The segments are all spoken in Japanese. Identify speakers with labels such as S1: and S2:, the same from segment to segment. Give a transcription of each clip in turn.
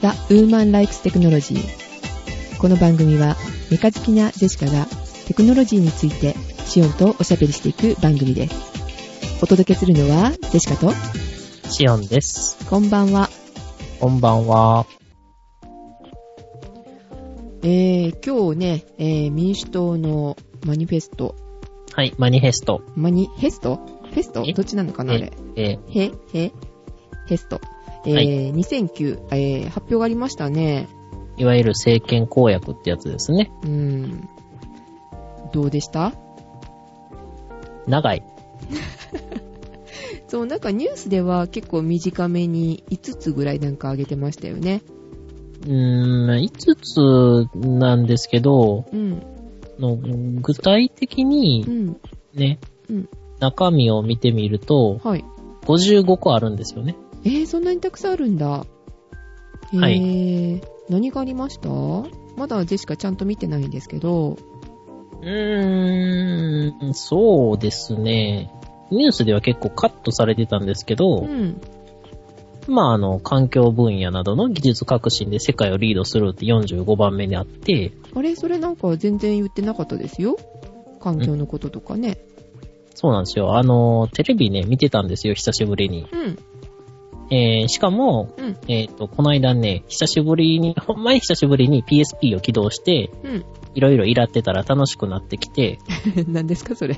S1: The Woman Likes Technology この番組はメカ好きなジェシカがテクノロジーについてシオンとおしゃべりしていく番組ですお届けするのはジェシカと
S2: シオンです。
S1: こんばんは、
S2: こんばんは。
S1: えー、今日ね、えー民主党のマニフェスト
S2: はい、マニフェスト。
S1: マニフェストフェスト
S2: え
S1: どっちなのかなあれ
S2: え
S1: へ、へ、ヘスト。えー
S2: はい
S1: 2009、えー発表がありましたね。
S2: ーいわゆる政権公約ってやつですね。
S1: うん。どうでした
S2: 長い。
S1: そう、なんかニュースでは結構短めに5つぐらいなんか上げてましたよね。
S2: うーん、5つなんですけど、
S1: うん、
S2: の具体的
S1: う
S2: に
S1: ん、
S2: ね、
S1: うん。
S2: 中身を見てみると、
S1: はい。
S2: 55個あるんですよね。
S1: えー、そんなにたくさんあるんだ。えー、
S2: は
S1: 何がありましたまだジェシカちゃんと見てないんですけど。
S2: うーん、そうですね。ニュースでは結構カットされてたんですけど、
S1: うん。
S2: まあ、あの、環境分野などの技術革新で世界をリードするって45番目にあって、
S1: あれそれなんか全然言ってなかったですよ。環境のこととかね。
S2: そうなんですよ。あの、テレビね、見てたんですよ、久しぶりに。
S1: うん、
S2: えー、しかも、
S1: うん、
S2: えっ、と、この間ね、久しぶりに、 ほんまに久しぶりに PSP を起動して、
S1: うん。
S2: いろいろイラってたら楽しくなってきて、
S1: 何ですかそれ。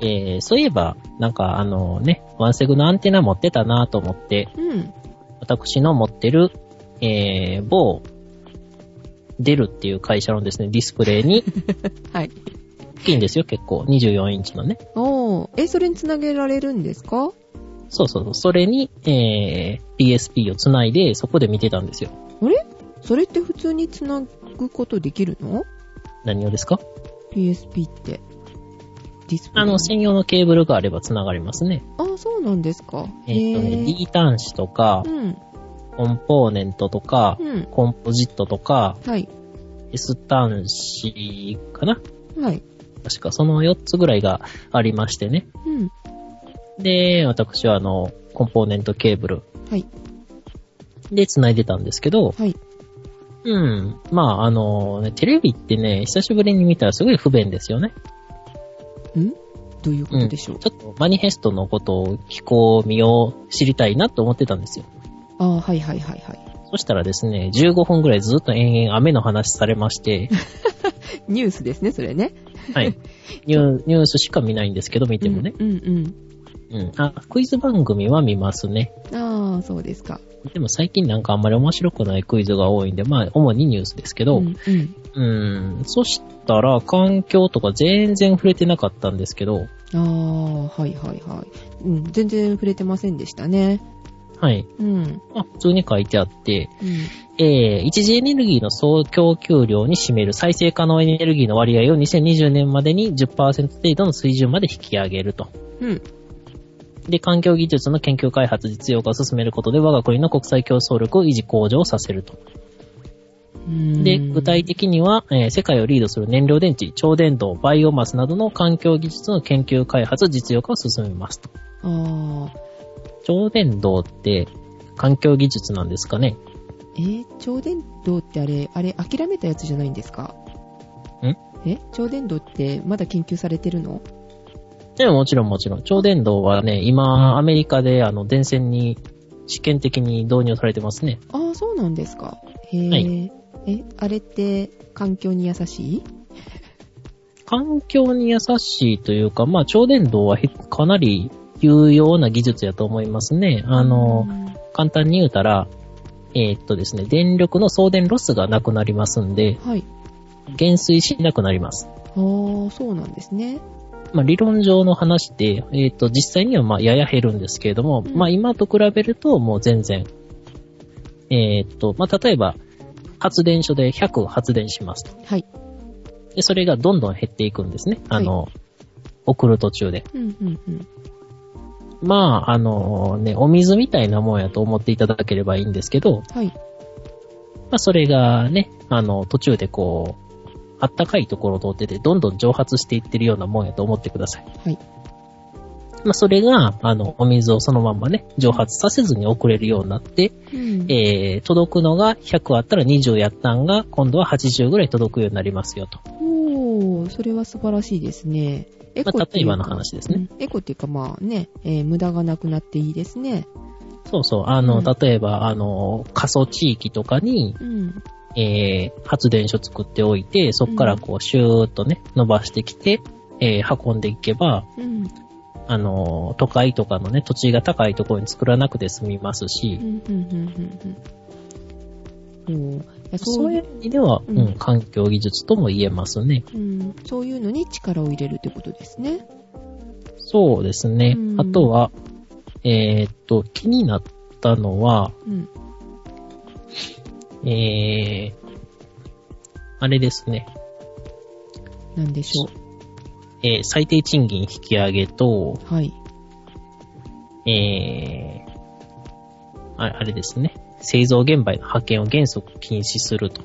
S2: えー、そういえば、なんかあのね、ワンセグのアンテナ持ってたなと思って、
S1: うん。
S2: 私の持ってる、えー、某、デルっていう会社のですね、ディスプレイに、
S1: はい。
S2: 大きいんですよ、結構。24インチのね。
S1: おー。え、それにつなげられるんですか
S2: そうそうそう。それに、えー、PSP をつないで、そこで見てたんですよ。
S1: あれそれって普通につなぐことできるの
S2: 何をですか
S1: ?PSP って。ディスプレイ
S2: あの、専用のケーブルがあれば繋がりますね。
S1: あ、そうなんですか。
S2: えっ、とね、
S1: へー
S2: D 端子とか、
S1: うん。
S2: コンポーネントとか、
S1: うん。
S2: コンポジットとか、
S1: はい。
S2: S 端子かな
S1: はい。
S2: 確かその4つぐらいがありましてね。
S1: うん。
S2: で、私はあの、コンポーネントケーブル
S1: はい。
S2: で繋いでたんですけど、
S1: はい。
S2: うん。まあ、あの、ね、テレビってね、久しぶりに見たらすごい不便ですよね。
S1: んどういうことでしょう、
S2: ちょっとマニフェストのことを聞こう、見よう、知りたいなと思ってたんですよ。
S1: あーはいはいはいはい。
S2: そしたらですね、15分ぐらいずっと延々雨の話されまして、
S1: ニュースですね、それね。
S2: はい。ニューニュースしか見ないんですけど、見てもね。
S1: うんうん
S2: うん。あ、クイズ番組は見ますね。
S1: うん。あー、そうですか。
S2: でも最近なんかあんまり面白くないクイズが多いんで、まあ、主にニュースですけど、
S1: んうん。
S2: うん。そしたら、環境とか全然触れてなかったんですけど、
S1: あー、はいはいはい。うん。全然触れてませんでしたね。
S2: はい。
S1: うん。
S2: まあ、普通に書いてあって、
S1: うん。
S2: えー、一次エネルギーの総供給量に占める再生可能エネルギーの割合を2020年までに10%程度の水準まで引き上げると。
S1: うん。
S2: で、環境技術の研究開発実用化を進めることで我が国の国際競争力を維持向上させると。で、具体的には、えー世界をリードする燃料電池、超電導、バイオマスなどの環境技術の研究開発実用化を進めますと。
S1: ああ、
S2: 超電導って環境技術なんですかね
S1: えー超電導ってあれ、あれ、諦めたやつじゃないんですか
S2: ん
S1: え超電導ってまだ研究されてるの
S2: でももちろんもちろん。超電導はね、今、アメリカであの、電線に試験的に導入されてますね。
S1: ああ、そうなんですか。へえ、
S2: は
S1: え、あれって環境に優しい
S2: 環境に優しいというか、まあ、超電導はへかなり有用な技術やと思いますね。あの、簡単に言うたら、えーっとですね、電力の送電ロスがなくなりますんで、
S1: うんはい。
S2: 減衰しなくなります。
S1: ああ、そうなんですね。
S2: まあ、理論上の話で、えーっと、実際にはまあ、やや減るんですけれども、
S1: うん
S2: まあ、今と比べるともう全然、えーっと、まあ、例えば、発電所で100発電しますと。
S1: はい。
S2: で、それがどんどん減っていくんですね。あの、送る途中で。
S1: うん、うん、うん。
S2: まあ、あのね、お水みたいなもんやと思っていただければいいんですけど、
S1: はい。
S2: まあ、それがね、あの、途中でこう、あったかいところを通ってて、どんどん蒸発していってるようなもんやと思ってください。
S1: はい。
S2: まあ、それが、あの、お水をそのまんまね、蒸発させずに送れるようになって、
S1: うん
S2: えー、届くのが100あったら20やったんが、今度は80ぐらい届くようになりますよと。
S1: おー、それは素晴らしいですね。エ
S2: まあ、
S1: って
S2: 例
S1: い
S2: え
S1: うか
S2: ばの話ですね。
S1: うんエコっていうかまあね、えー無駄がなくなっていいですね。
S2: そうそう。あ
S1: う
S2: の、
S1: ん
S2: 例えば、あの、過疎地域とかに、
S1: うん。
S2: えー、発電所作っておいて、そこからこう、シューっとね、伸ばしてきて、えー、運んでいけば、
S1: うん。
S2: あの、都会とかのね、土地が高いところに作らなくて済みますし
S1: うん。う、ん。うん。うん。うんおーいや
S2: そ
S1: そうう
S2: い
S1: いう
S2: 意味では、
S1: うん
S2: うん、環境技術とも言えますね。
S1: う、うん、そういうのに力を入れるということですね。
S2: そうですね。
S1: うん
S2: あとは、えーっと、気になったのは、
S1: うん。
S2: えー、あれですね。
S1: なんでしょ
S2: えー最低賃金引き上げと、
S1: う。はい。
S2: えー、ああれですね。製造現場への派遣を原則禁止すると。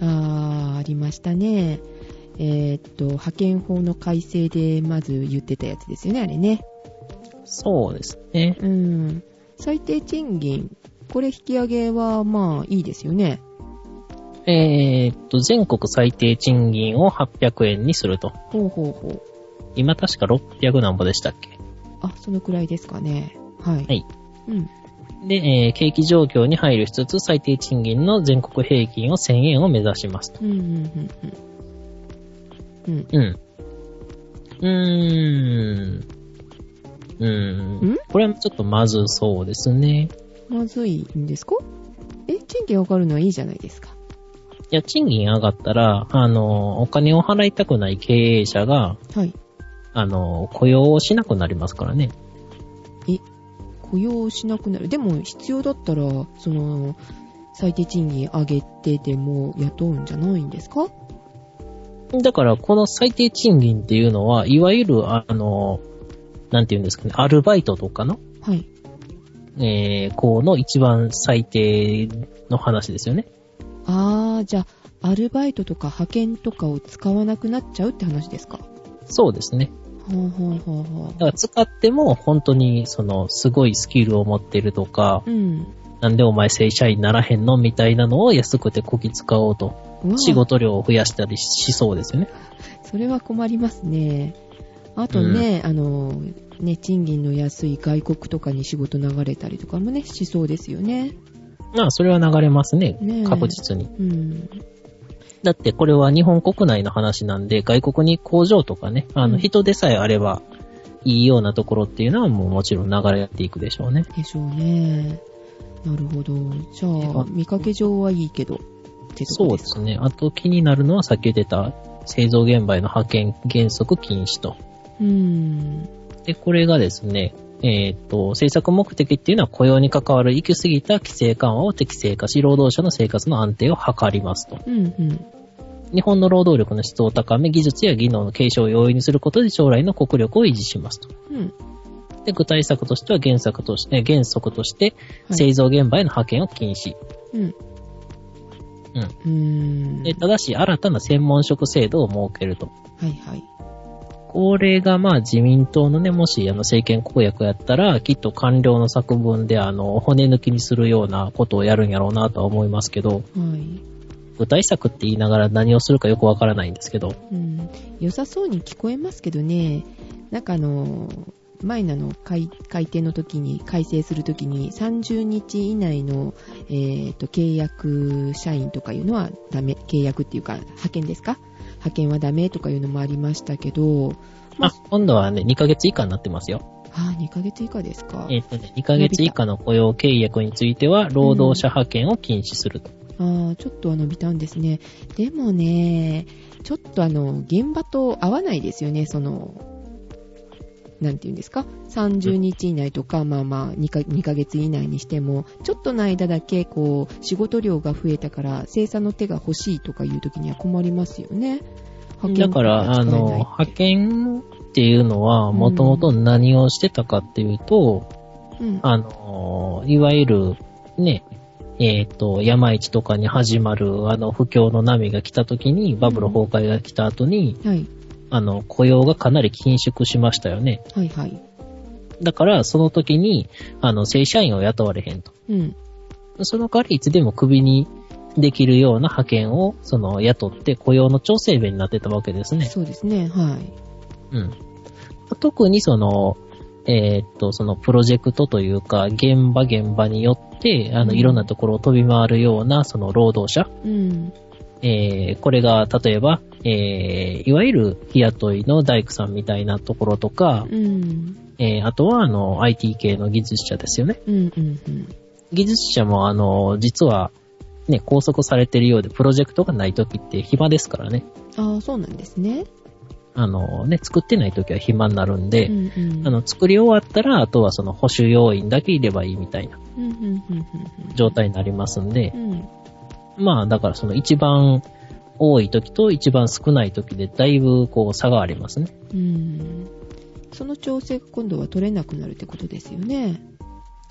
S1: あー、ありましたね。えーっと、派遣法の改正でまず言ってたやつですよね、あれね。
S2: そうですね。
S1: うん。最低賃金、これ引き上げはまあいいですよね。
S2: えーっと、全国最低賃金を800円にすると。
S1: ほうほうほう。
S2: 今確か600何ぼでしたっけ
S1: あ、そのくらいですかね。はい。
S2: はい。
S1: うん。
S2: で、えー景気状況に配慮しつつ、最低賃金の全国平均を1000円を目指しますと。
S1: うんうんうんうん。
S2: うん。うーん。うーん
S1: ん。
S2: これはちょっとまずそうですね。
S1: うん。まずいんですかえ、賃金上がるのはいいじゃないですか。
S2: いや、賃金上がったら、あの、お金を払いたくない経営者が、
S1: はい。
S2: あの、雇用をしなくなりますからね。
S1: 雇用しなくなる。でも必要だったら、その、最低賃金上げてでも雇うんじゃないんですか
S2: だから、この最低賃金っていうのは、いわゆる、あの、なんて言うんですかね、アルバイトとかの、
S1: はい。
S2: えー、こうの一番最低の話ですよね。
S1: あー、じゃあ、アルバイトとか派遣とかを使わなくなっちゃうって話ですか
S2: そうですね。
S1: ほうほうほうほ
S2: だから使っても本当にそのすごいスキルを持ってるとか
S1: う。、うん。
S2: なんでお前正社員ならへんのみたいなのを安くてこき使おうと、
S1: うわ
S2: 仕事量を増やしたりしそうですよね。
S1: それは困りますね。あとね、あの、ね、賃金の安い外国とかに仕事流れたりとかもね、しそうですよね。
S2: まあそれは流れますね。
S1: ねえ
S2: 確実に。
S1: うん。
S2: だってこれは日本国内の話なんで、外国に工場とかね、あ
S1: う
S2: の
S1: ん
S2: 人でさえあればいいようなところっていうのはもうもちろん流れていくでしょうね。
S1: でしょうね。なるほど。じゃあ、
S2: あ
S1: 見かけ上はいいけど、ってと
S2: そ
S1: こ
S2: う
S1: で
S2: ですすね。あと気になるのはさっき出た製造現場への派遣原則禁止と。
S1: ううん。
S2: で、これがですね、えーっと、政策目的っていうのは雇用に関わる行き過ぎた規制緩和を適正化し、労働者の生活の安定を図りますと。
S1: うん、うん。
S2: 日本の労働力の質を高め、技術や技能の継承を容易にすることで将来の国力を維持しますと。
S1: うん。
S2: で、具体策としては原則として、原則として、
S1: はい
S2: 製造現場への派遣を禁止。
S1: うん。う
S2: うん
S1: ん。
S2: で、ただし、新たな専門職制度を設けると。
S1: はいはい。
S2: これがまあ自民党のね、もしあの政権公約やったら、きっと官僚の作文であの、骨抜きにするようなことをやるんやろうなとは思いますけど、
S1: はい。
S2: 具体策って言いながら何をするかよくわからないんですけど、
S1: うん、良さそうに聞こえますけどね、なんかあの、前のあの改改定の時に、改正する時に、30日以内の、えーと契約社員とかいうのはダメ、契約っていうか、派遣ですか派遣はダメとかいうのもありましたけど、
S2: あ、今度はね、2ヶ月以下になってますよ。
S1: ああ、2ヶ月以下ですか。
S2: えっ、とね、2ヶ月以下の雇用契約については、労働者派遣を禁止すると。
S1: ああ、ちょっとは伸びたんですね。でもね、ちょっとあの、現場と合わないですよね、その、なんて言うんですか ?30 日以内とか、まあまあ2か、2ヶ月以内にしても、ちょっとの間だけ、こう、仕事量が増えたから、生産の手が欲しいとかいう時には困りますよね。派遣
S2: だから、あ
S1: と
S2: の、
S1: 使えない
S2: 派遣っていうのは、もともと何をしてたかっていうと、
S1: うん、
S2: あのーいわゆる、ね、えっ、と、山市とかに始まる、あの、不況の波が来た時に、バブル崩壊が来た後に、
S1: はい、
S2: あの、雇用がかなり緊縮しましたよね。
S1: はい、はい。
S2: だから、その時に、あの、正社員を雇われへんと。
S1: うん。
S2: その代わり、いつでもクビにできるような派遣を、その、雇って雇用の調整弁になってたわけですね。
S1: そうですね。はい。
S2: うん。特にその、えーっと、そのプロジェクトというか、現場現場によって、あの、
S1: うん
S2: いろんなところを飛び回るような、その労働者、
S1: うん。
S2: えーこれが、例えば、えーいわゆる日雇いの大工さんみたいなところとか、
S1: うん。
S2: えーあとは、あの、IT 系の技術者ですよね。
S1: うん。うん。うん。
S2: 技術者も、あの、実は、ね、拘束されてるようで、プロジェクトがない時って暇ですからね。
S1: ああ、そうなんですね。
S2: あの、ね、作ってない時は暇になるんで、
S1: うん。うん。
S2: あの、作り終わったら、あとはその補修要員だけいればいいみたいな
S1: うん。うん。うん。うん。
S2: 状態になりますんで
S1: う、ん。うん。
S2: まあ、だからその一番多い時と一番少ない時で、だいぶこう差がありますね。
S1: うん。その調整が今度は取れなくなるってことですよね。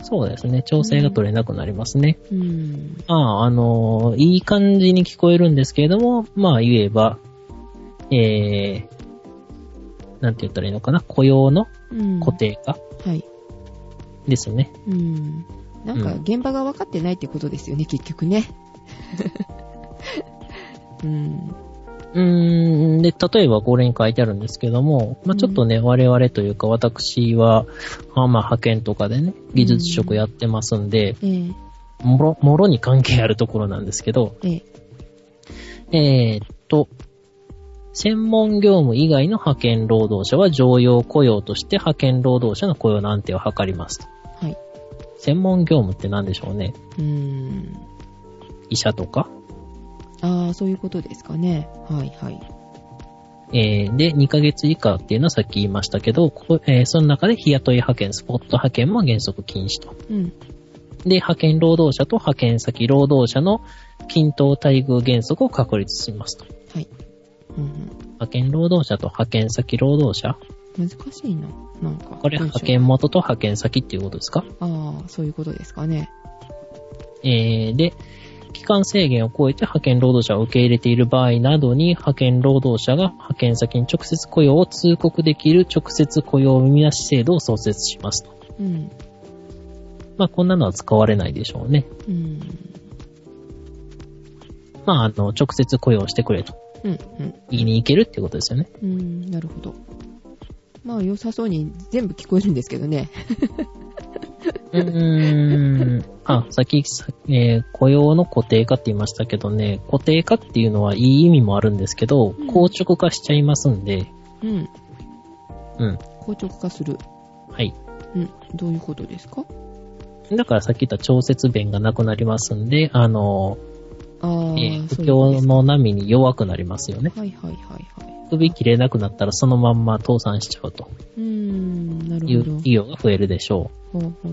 S2: そうですね。調整が取れなくなりますね。
S1: うん。
S2: まあ、あの、いい感じに聞こえるんですけれども、まあ、言えば、えー、なんて言ったらいいのかな、雇用の
S1: うん。
S2: 固。定化
S1: はい。
S2: ですね。
S1: うん。なんか
S2: うん
S1: 現場が分かってないってことですよね、結局ね。うん。
S2: うーん、で、例えばこれに書いてあるんですけども、まあ、ちょっとね、我々というか私は、まあ、まあ派遣とかでね、技術職やってますんで、
S1: ええ
S2: もろ、もろに関係あるところなんですけど、
S1: ええ
S2: えーっと、専門業務以外の派遣労働者は常用雇用として派遣労働者の雇用の安定を図りますと。
S1: はい。
S2: 専門業務って何でしょうね
S1: うん。
S2: 医者とか
S1: ああ、そういうことですかね。はいはい。
S2: えーで、2ヶ月以下っていうのはさっき言いましたけど、ここえーその中で日雇い派遣、スポット派遣も原則禁止と。
S1: うん。
S2: で、派遣労働者と派遣先労働者の均等待遇原則を確立しますと。
S1: はい。うん
S2: 派遣労働者と派遣先労働者
S1: うん、難しいな。なんか。
S2: これ
S1: 文章
S2: 派遣元と派遣先っていうことですか
S1: ああ、そういうことですかね。
S2: えーで、期間制限を超えて派遣労働者を受け入れている場合などに、派遣労働者が派遣先に直接雇用を通告できる直接雇用生み出し制度を創設しますと。
S1: うん。
S2: まあ、こんなのは使われないでしょうね。
S1: うん。
S2: まあ、あの、直接雇用してくれと。
S1: うん。
S2: 言いに行けるってことですよね。
S1: うん。うん。なるほど。まあ、良さそうに全部聞こえるんですけどね。
S2: うーん。あ、さっき、さえー雇用の固定化って言いましたけどね、固定化っていうのはいい意味もあるんですけど、
S1: ん
S2: 硬直化しちゃいますんで、
S1: うん。
S2: うん。
S1: 硬直化する。
S2: はい。
S1: うん。どういうことですか
S2: だからさっき言った調節弁がなくなりますんで、あの、
S1: ああ、
S2: えー
S1: そ
S2: 不
S1: ういうことで
S2: 況
S1: す
S2: の波に弱くなりますよね。
S1: はいはいはいはい。
S2: 首切れなくなったらそのまんま倒産しちゃうと
S1: うーん、なる
S2: いう
S1: ほど。
S2: 企業が増えるでしょ
S1: ほうほうほ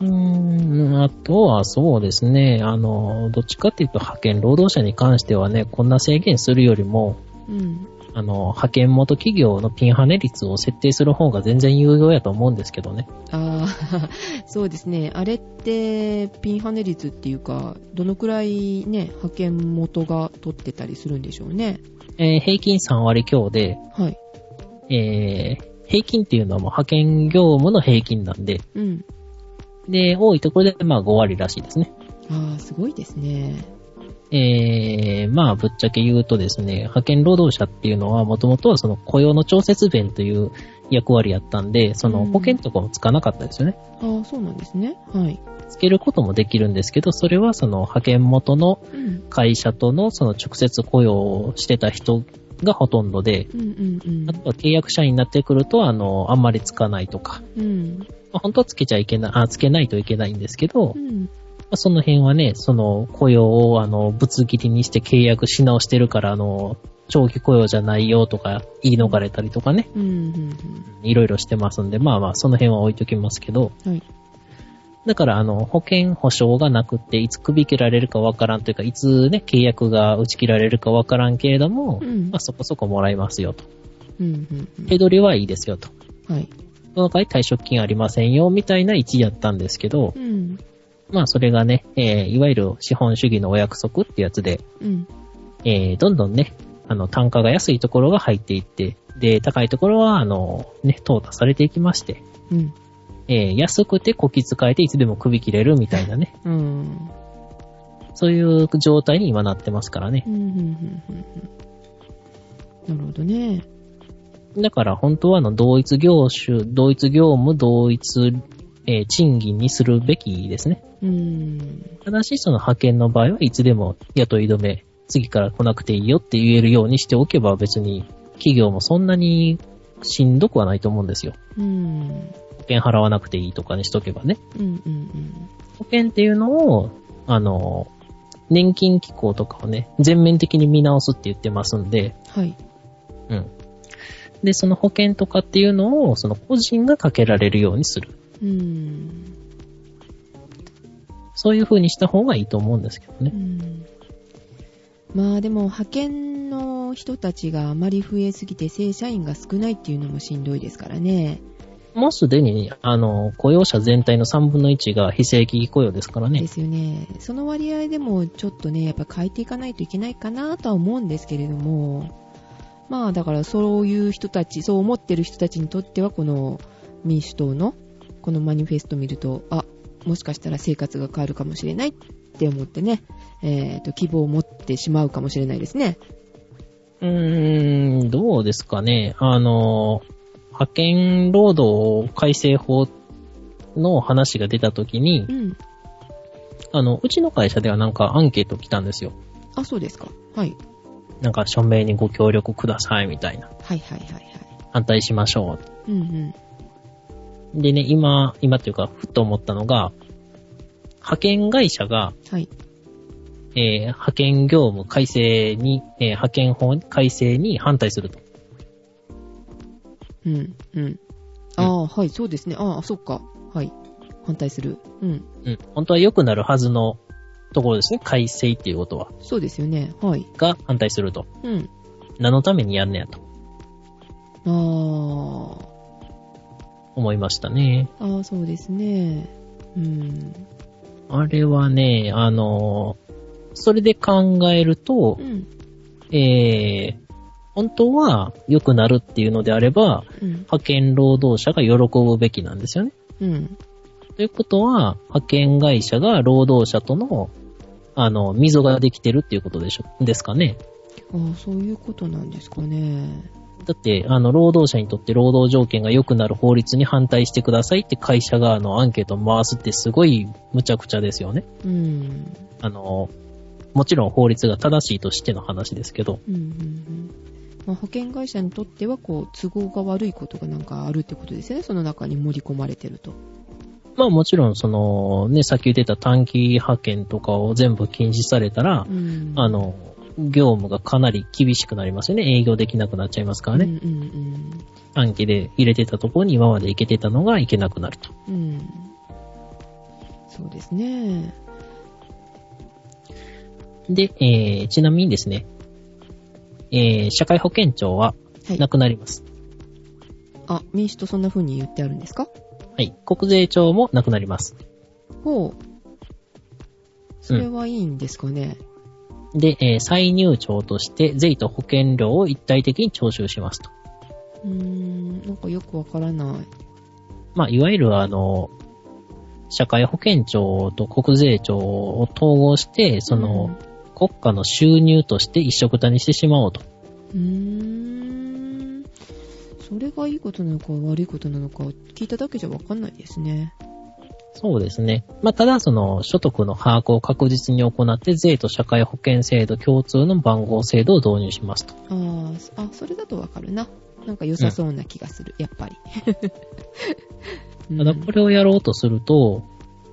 S1: う
S2: う。うーん、あとはそうですね、あの、どっちかっていうと派遣労働者に関してはね、こんな制限するよりも、
S1: うん。
S2: あの、派遣元企業のピンハネ率を設定する方が全然有用やと思うんですけどね。
S1: ああ、 そうですね。あれって、ピンハネ率っていうか、どのくらいね、派遣元が取ってたりするんでしょうね。
S2: えー平均3割強で、
S1: はい。
S2: えー平均っていうのはもう派遣業務の平均なんで、
S1: うん。
S2: で、多いところでまあ5割らしいですね。
S1: ああ、すごいですね。
S2: えー、まあぶっちゃけ言うとですね、派遣労働者っていうのはもともとはその雇用の調節弁という役割やったんで、そ
S1: う
S2: の
S1: ん
S2: 保険とかもつかなかったですよね。
S1: ああ、そうなんですね。はい。
S2: つけることもできるんですけど、それはその派遣元の
S1: うん。
S2: 会社とのその直接雇用をしてた人がほとんどで、
S1: うんうん
S2: あとは契約社員になってくると、あの、あんまりつかないとか、
S1: うん。うん。
S2: まあ本当はつけちゃいけない、あ、つけないといけないんですけど
S1: う、ん。
S2: まあその辺はね、その雇用をあの、ぶつ切りにして契約し直してるから、あの、長期雇用じゃないよとか言い逃れたりとかね、
S1: うんうん
S2: いろいろしてますんで、まあまあ、その辺は置いときますけど、
S1: うん。はい。
S2: だからあの、保険保証がなくって、いつ首切られるかわからんというか、いつね、契約が打ち切られるかわからんけれども、
S1: うん
S2: まあそこそこもらいますよと。
S1: うんうんうん。
S2: 手取りはいいですよと。
S1: はい。
S2: その代わり退職金ありませんよ、みたいな位置やったんですけど
S1: う、ん。
S2: まあそれがね、えーいわゆる資本主義のお約束ってやつで、
S1: うん。
S2: えーどんどんね、あの、単価が安いところが入っていって、で、高いところは、あの、ね、淘汰されていきまして、
S1: うん。
S2: えー安くてこき使えていつでも首切れるみたいなね、
S1: うん。
S2: そういう状態に今なってますからね
S1: う。んうんうんうんうんなるほどね。
S2: だから本当はあの同一業種、同一業務、同一、えー賃金にするべきですね。
S1: うん。
S2: ただしその派遣の場合はいつでも雇い止め、次から来なくていいよって言えるようにしておけば別に企業もそんなにしんどくはないと思うんですよ。
S1: うん。
S2: 保険払わなくていいとかにしとけばね。
S1: うんうんうん。
S2: 保険っていうのを、あの、年金機構とかをね、全面的に見直すって言ってますんで、
S1: はい。
S2: うん。で、その保険とかっていうのを、その個人がかけられるようにする。
S1: うん。
S2: そういう風にした方がいいと思うんですけど
S1: う
S2: ね。
S1: ん。まあでも、派遣の人たちがあまり増えすぎて正社員が少ないっていうのもしんどいですからね。
S2: もうすでに、あの、雇用者全体の3分の1が非正規雇用ですから
S1: で
S2: ね。
S1: すよね。その割合でもちょっとね、やっぱ変えていかないといけないかなとは思うんですけれども、まあだからそういう人たち、そう思ってる人たちにとっては、この民主党のこのマニフェスト見ると、あ、もしかしたら生活が変わるかもしれないって思ってね、えっ、と、希望を持ってしまうかもしれないですね。
S2: うーん、どうですかね。あの、派遣労働改正法の話が出た時に
S1: う、ん。
S2: あの、うちの会社ではなんかアンケート来たんですよ。
S1: あ、そうですか。はい。
S2: なんか署名にご協力くださいみたいな。
S1: はいはいはいはい。
S2: 反対しましょう
S1: うんうん。
S2: でね、今、今というか、ふっと思ったのが、派遣会社が、
S1: はい。
S2: えー派遣業務改正に、えー派遣法改正に反対すると。
S1: うん、うん。ああ、はい、そうですね。ああ、そっか。はい。反対する。うん。
S2: うん。本当は良くなるはずのところですね。改正っていうことは。
S1: そうですよね。はい。
S2: が反対すると。
S1: うん。
S2: 何のためにやんねやと
S1: あ
S2: 思いましたね。
S1: あ、ああ、そうですね。うん。
S2: あれはね、あのーそれで考えると
S1: う、ん。
S2: えー本当は良くなるっていうのであれば、
S1: うん。
S2: 派遣労働者が喜ぶべきなんですよね。
S1: うん。
S2: ということは、派遣会社が労働者との、あの、溝ができてるっていうことでしょ、ですかね。
S1: ああ、そういうことなんですかね。
S2: だって、あの、労働者にとって労働条件が良くなる法律に反対してくださいって会社が、あの、アンケートを回すってすごい無茶苦茶ですよね。
S1: うん。
S2: あの、もちろん法律が正しいとしての話ですけど、
S1: うん。うん。うんまあ、保険会社にとっては、こう、都合が悪いことがなんかあるってことですよね。その中に盛り込まれてると。
S2: まあもちろんその、ね、さっき言ってた短期派遣とかを全部禁止されたら
S1: う、ん。
S2: あの、業務がかなり厳しくなりますよね。営業できなくなっちゃいますからね。
S1: うんうん
S2: 短期で入れてたところに今まで行けてたのが行けなくなると。
S1: うん。うん。そうですね。
S2: で、えー、ちなみにですね、えー、社会保険庁は
S1: はい
S2: な。くなります。
S1: あ、民主とそんな風に言ってあるんですか
S2: はい。国税庁もなくなります。
S1: ほう。それはいいんですかね。
S2: で、えー、再入庁として税と保険料を一体的に徴収しますと。
S1: うーん、なんかよくわからない。
S2: まあ、いわゆるあの、社会保険庁と国税庁を統合して、その、国家の収入として一緒くたにしてしまおうと。
S1: うーん、それがいいことなのか悪いことなのか聞いただけじゃわかんないですね。
S2: そうですね。まあ、ただ、その、所得の把握を確実に行って、税と社会保険制度共通の番号制度を導入しますと。
S1: あーそあ、それだとわかるな。なんか良さそうな気がする、やっぱり。
S2: ただ、これをやろうとすると、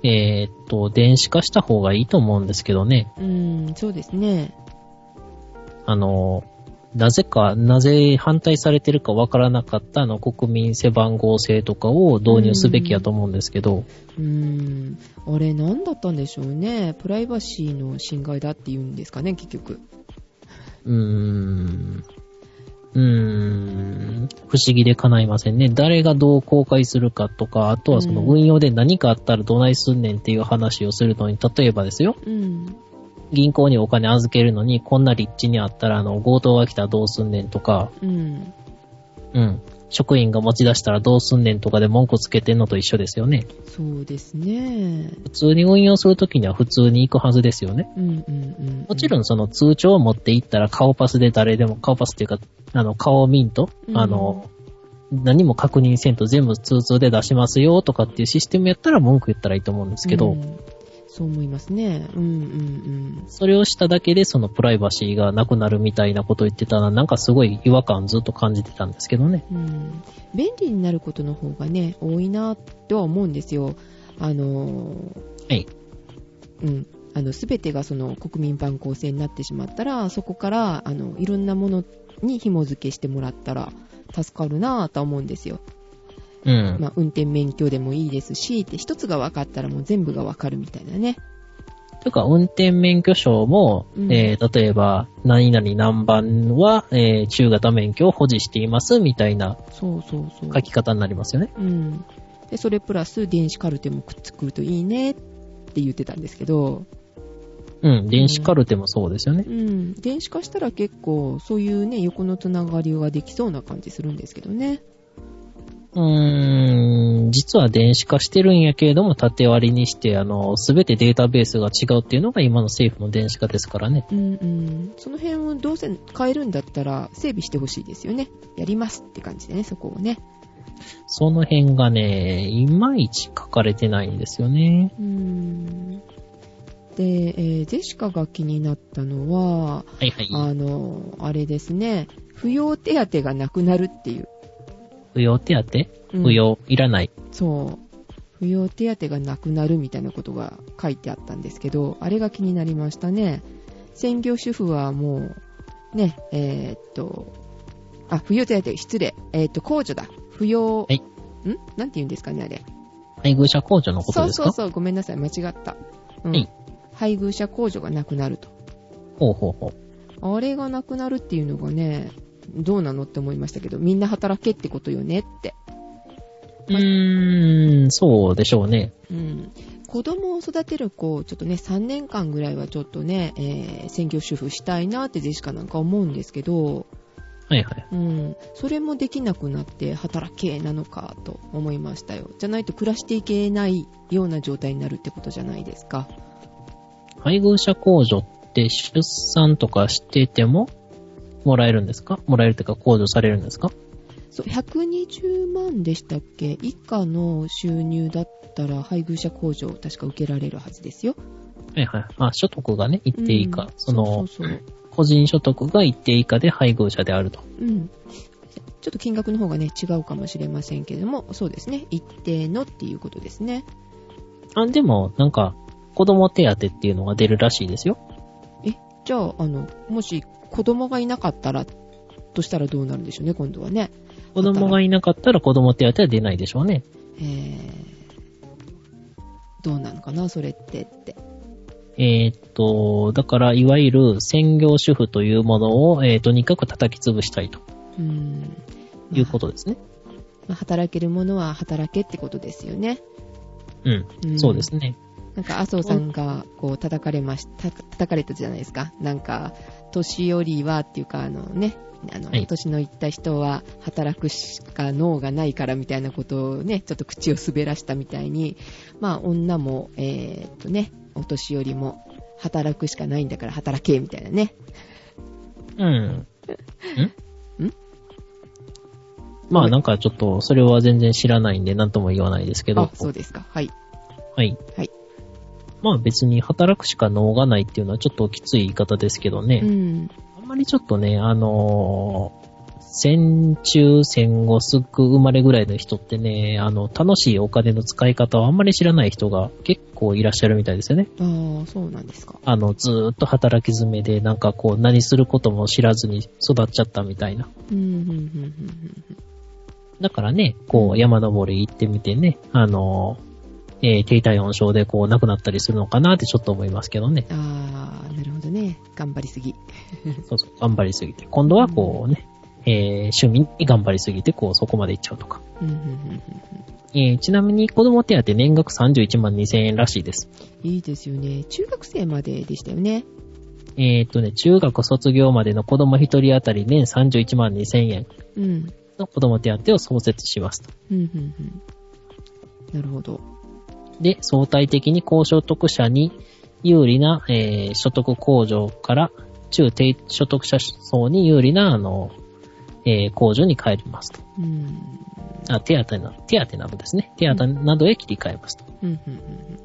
S2: えーっと、電子化した方がいいと思うんですけどね。
S1: うん、うん、そうですね。
S2: あの、なぜか、なぜ反対されてるかわからなかったあの国民背番号制とかを導入すべきやと思うんですけど、
S1: うーん、あれ何だったんでしょうね。プライバシーの侵害だって言うんですかね、結局。
S2: うーん、うーん、不思議で叶いませんね。誰がどう公開するかとか、あとはその
S1: うん
S2: 運用で何かあったらどないすんねんっていう話をするのに、例えばですよ、
S1: うん、
S2: 銀行にお金預けるのに、こんな立地にあったら、あの、強盗が来たらどうすんねんとか、
S1: うん。
S2: うん。職員が持ち出したらどうすんねんとかで文句つけてんのと一緒ですよね。
S1: そうですね。
S2: 普通に運用するときには普通に行くはずですよね。
S1: うんうんうん。
S2: もちろんその通帳を持って行ったら顔パスで誰でも、顔パスっていうか、あの、顔ミント、
S1: うん
S2: あの、何も確認せんと全部通通で出しますよとかっていうシステムやったら文句言ったらいいと思うんですけど、
S1: うんそう思いますね。うんうん
S2: それをしただけでそのプライバシーがなくなるみたいなこと言ってたらなんかすごい違和感ずっと感じてたんですけどね。
S1: うん。うん、便利になることの方がね、多いなとは思うんですよ。あのー
S2: はい。
S1: うん。あの、すべてがその国民番号制になってしまったら、そこから、あの、いろんなものに紐付けしてもらったら、助かるなぁとは思うんですよ。
S2: うん。
S1: まあ、運転免許でもいいですし、って一つが分かったらもう全部が分かるみたいなね。
S2: というか、運転免許証も、
S1: うん
S2: えー例えば、何々何番は、えー中型免許を保持しています、みたいな
S1: そうそうそう。
S2: 書き方になりますよね。
S1: うん。で、それプラス電子カルテもくっつくるといいねって言ってたんですけど、
S2: うん、電子カルテもそうですよね
S1: う。ん。電子化したら結構、そういうね、横のつながりができそうな感じするんですけどね。
S2: うーん、実は電子化してるんやけれども、縦割りにして、あの、すべてデータベースが違うっていうのが今の政府の電子化ですからね。
S1: うんうん。その辺をどうせ変えるんだったら、整備してほしいですよね。やりますって感じでね、そこをね。
S2: その辺がね、いまいち書かれてないんですよね。
S1: うん。で、えージェシカが気になったのは、
S2: はいはい。
S1: あの、あれですね、扶養手当がなくなるっていう。
S2: 扶養手当
S1: うん
S2: 扶養いらない。
S1: そう。扶養手当がなくなるみたいなことが書いてあったんですけど、あれが気になりましたね。専業主婦はもう、ね、えーっと、あ、扶養手当、失礼。えーっと、控除だ。扶養、
S2: はい
S1: んなんて言うんですかね、あれ。
S2: 配偶者控除のこと
S1: そ
S2: で
S1: う
S2: す
S1: そう
S2: か
S1: そう、ごめんなさい、間違った。う
S2: はい
S1: ん。配偶者控除がなくなると。
S2: ほうほうほう。
S1: あれがなくなるっていうのがね、どうなのって思いましたけど、みんな働けってことよねって。
S2: うーん、そうでしょうね。
S1: うん、子供を育てる子をちょっとね3年間ぐらいはちょっとね、えー専業主婦したいなってジェシカなんか思うんですけど、
S2: はいはい。
S1: うん、それもできなくなって働けなのかと思いましたよじゃないと暮らしていけないような状態になるってことじゃないですか
S2: 配偶者控除って出産とかしてても、もらえるんですかもらえるというか控除されるんですか
S1: そう120万でしたっけ以下の収入だったら配偶者控除を確か受けられるはずですよ
S2: はいはい。あ、所得がね、一定以下。
S1: うん
S2: その、
S1: そうそうそう
S2: 個人所得が一定以下で配偶者であると。
S1: うん。ちょっと金額の方がね、違うかもしれませんけれども、そうですね。一定のっていうことですね。
S2: あ、でも、なんか、子供手当っていうのが出るらしいですよ。
S1: え、じゃあ、あの、もし子供がいなかったら、としたらどうなるんでしょうね、今度はね。
S2: 子供がいなかったら子供手当は出ないでしょうね。
S1: えー、どうなのかな、それってって。
S2: えーっと、だから、いわゆる専業主婦というものを、えーとにかく叩き潰したいと
S1: うん。。
S2: いうこととですね。
S1: まあ働けるものは働けってことですよね。
S2: うん。
S1: ん
S2: そうですね。
S1: なんか麻生さんがこう叩かれました、叩かれたじゃないですか。なんか、年寄りはっていうか、あのね、あの、
S2: はい
S1: 年のいった人は働くしか脳がないからみたいなことをね、ちょっと口を滑らしたみたいに、まあ女も、えーっとね、お年寄りも働くしかないんだから働けみたいなね。
S2: うん。ん
S1: ん
S2: まあなんかちょっと、それは全然知らないんで、なんとも言わないですけど
S1: あ、。そうですか。はい。
S2: はい。
S1: はい。
S2: まあ別に働くしか能がないっていうのはちょっときつい言い方ですけど
S1: う
S2: ね。
S1: ん。
S2: あんまりちょっとね、あのー戦中戦後すぐ生まれぐらいの人ってね、あの、楽しいお金の使い方をあんまり知らない人が結構いらっしゃるみたいですよね。
S1: ああ、そうなんですか。
S2: あの、ずーっと働き詰めで、なんかこう、何することも知らずに育っちゃったみたいな。
S1: うん、うん、うん、うん
S2: だからね、こう、山登り行ってみてね、あのー、えー低体温症でこう、亡くなったりするのかなってちょっと思いますけどね。
S1: うん。ああ、なるほどね。頑張りすぎ。
S2: そうそう、頑張りすぎて。今度はこうね、えー趣味に頑張りすぎて、こう、そこまで行っちゃうとか。
S1: うん、うん、うんうん。
S2: えーちなみに子供手当年額31万2000円らしいです。
S1: いいですよね。中学生まででしたよね。
S2: えーっとね、中学卒業までの子供一人当たり年31万2000円
S1: うん。
S2: の子供手当を創設しますと。
S1: うん、うん、うん。なるほど。
S2: で、相対的に高所得者に有利な、えー所得控除から中低所得者層に有利な、あの、えー控除に変えますと。
S1: うん。
S2: あ、手当な、手当などですね。手当などへ切り替えますと。
S1: うん、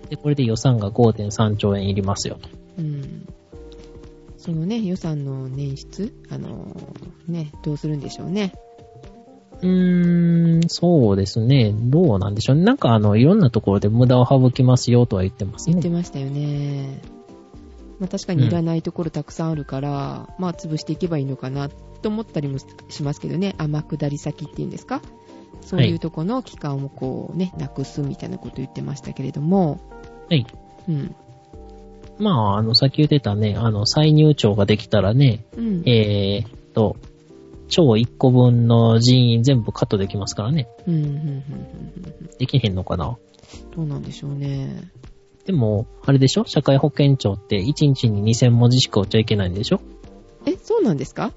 S2: で、これで予算が5.3兆円いりますよと。
S1: うん、うん。うん。そのね、予算の捻出、あのーね、どうするんでしょうね。
S2: うーん、そうですね。どうなんでしょうね。なんかあの、いろんなところで無駄を省きますよとは言ってます
S1: 言って
S2: ね。
S1: ましたよね。まあ、確かにいらないところたくさんあるから、まあ、潰していけばいいのかなと思ったりもしますけどね、天下り先っていうんですか、そういうとこの期間をこうね、なくすみたいなこと言ってましたけれども、
S2: はい。
S1: うん。
S2: まあ、あの、さっき言ってたね、あの、再入庁ができたらね、
S1: うん。
S2: えーっと、超1個分の人員全部カットできますからね。
S1: うん、うん、うん、うん。
S2: できへんのかな
S1: どうなんでしょうね。
S2: でも、あれでしょ社会保険庁って1日に2000文字しか打っちゃいけないんでしょ
S1: え、そうなんですか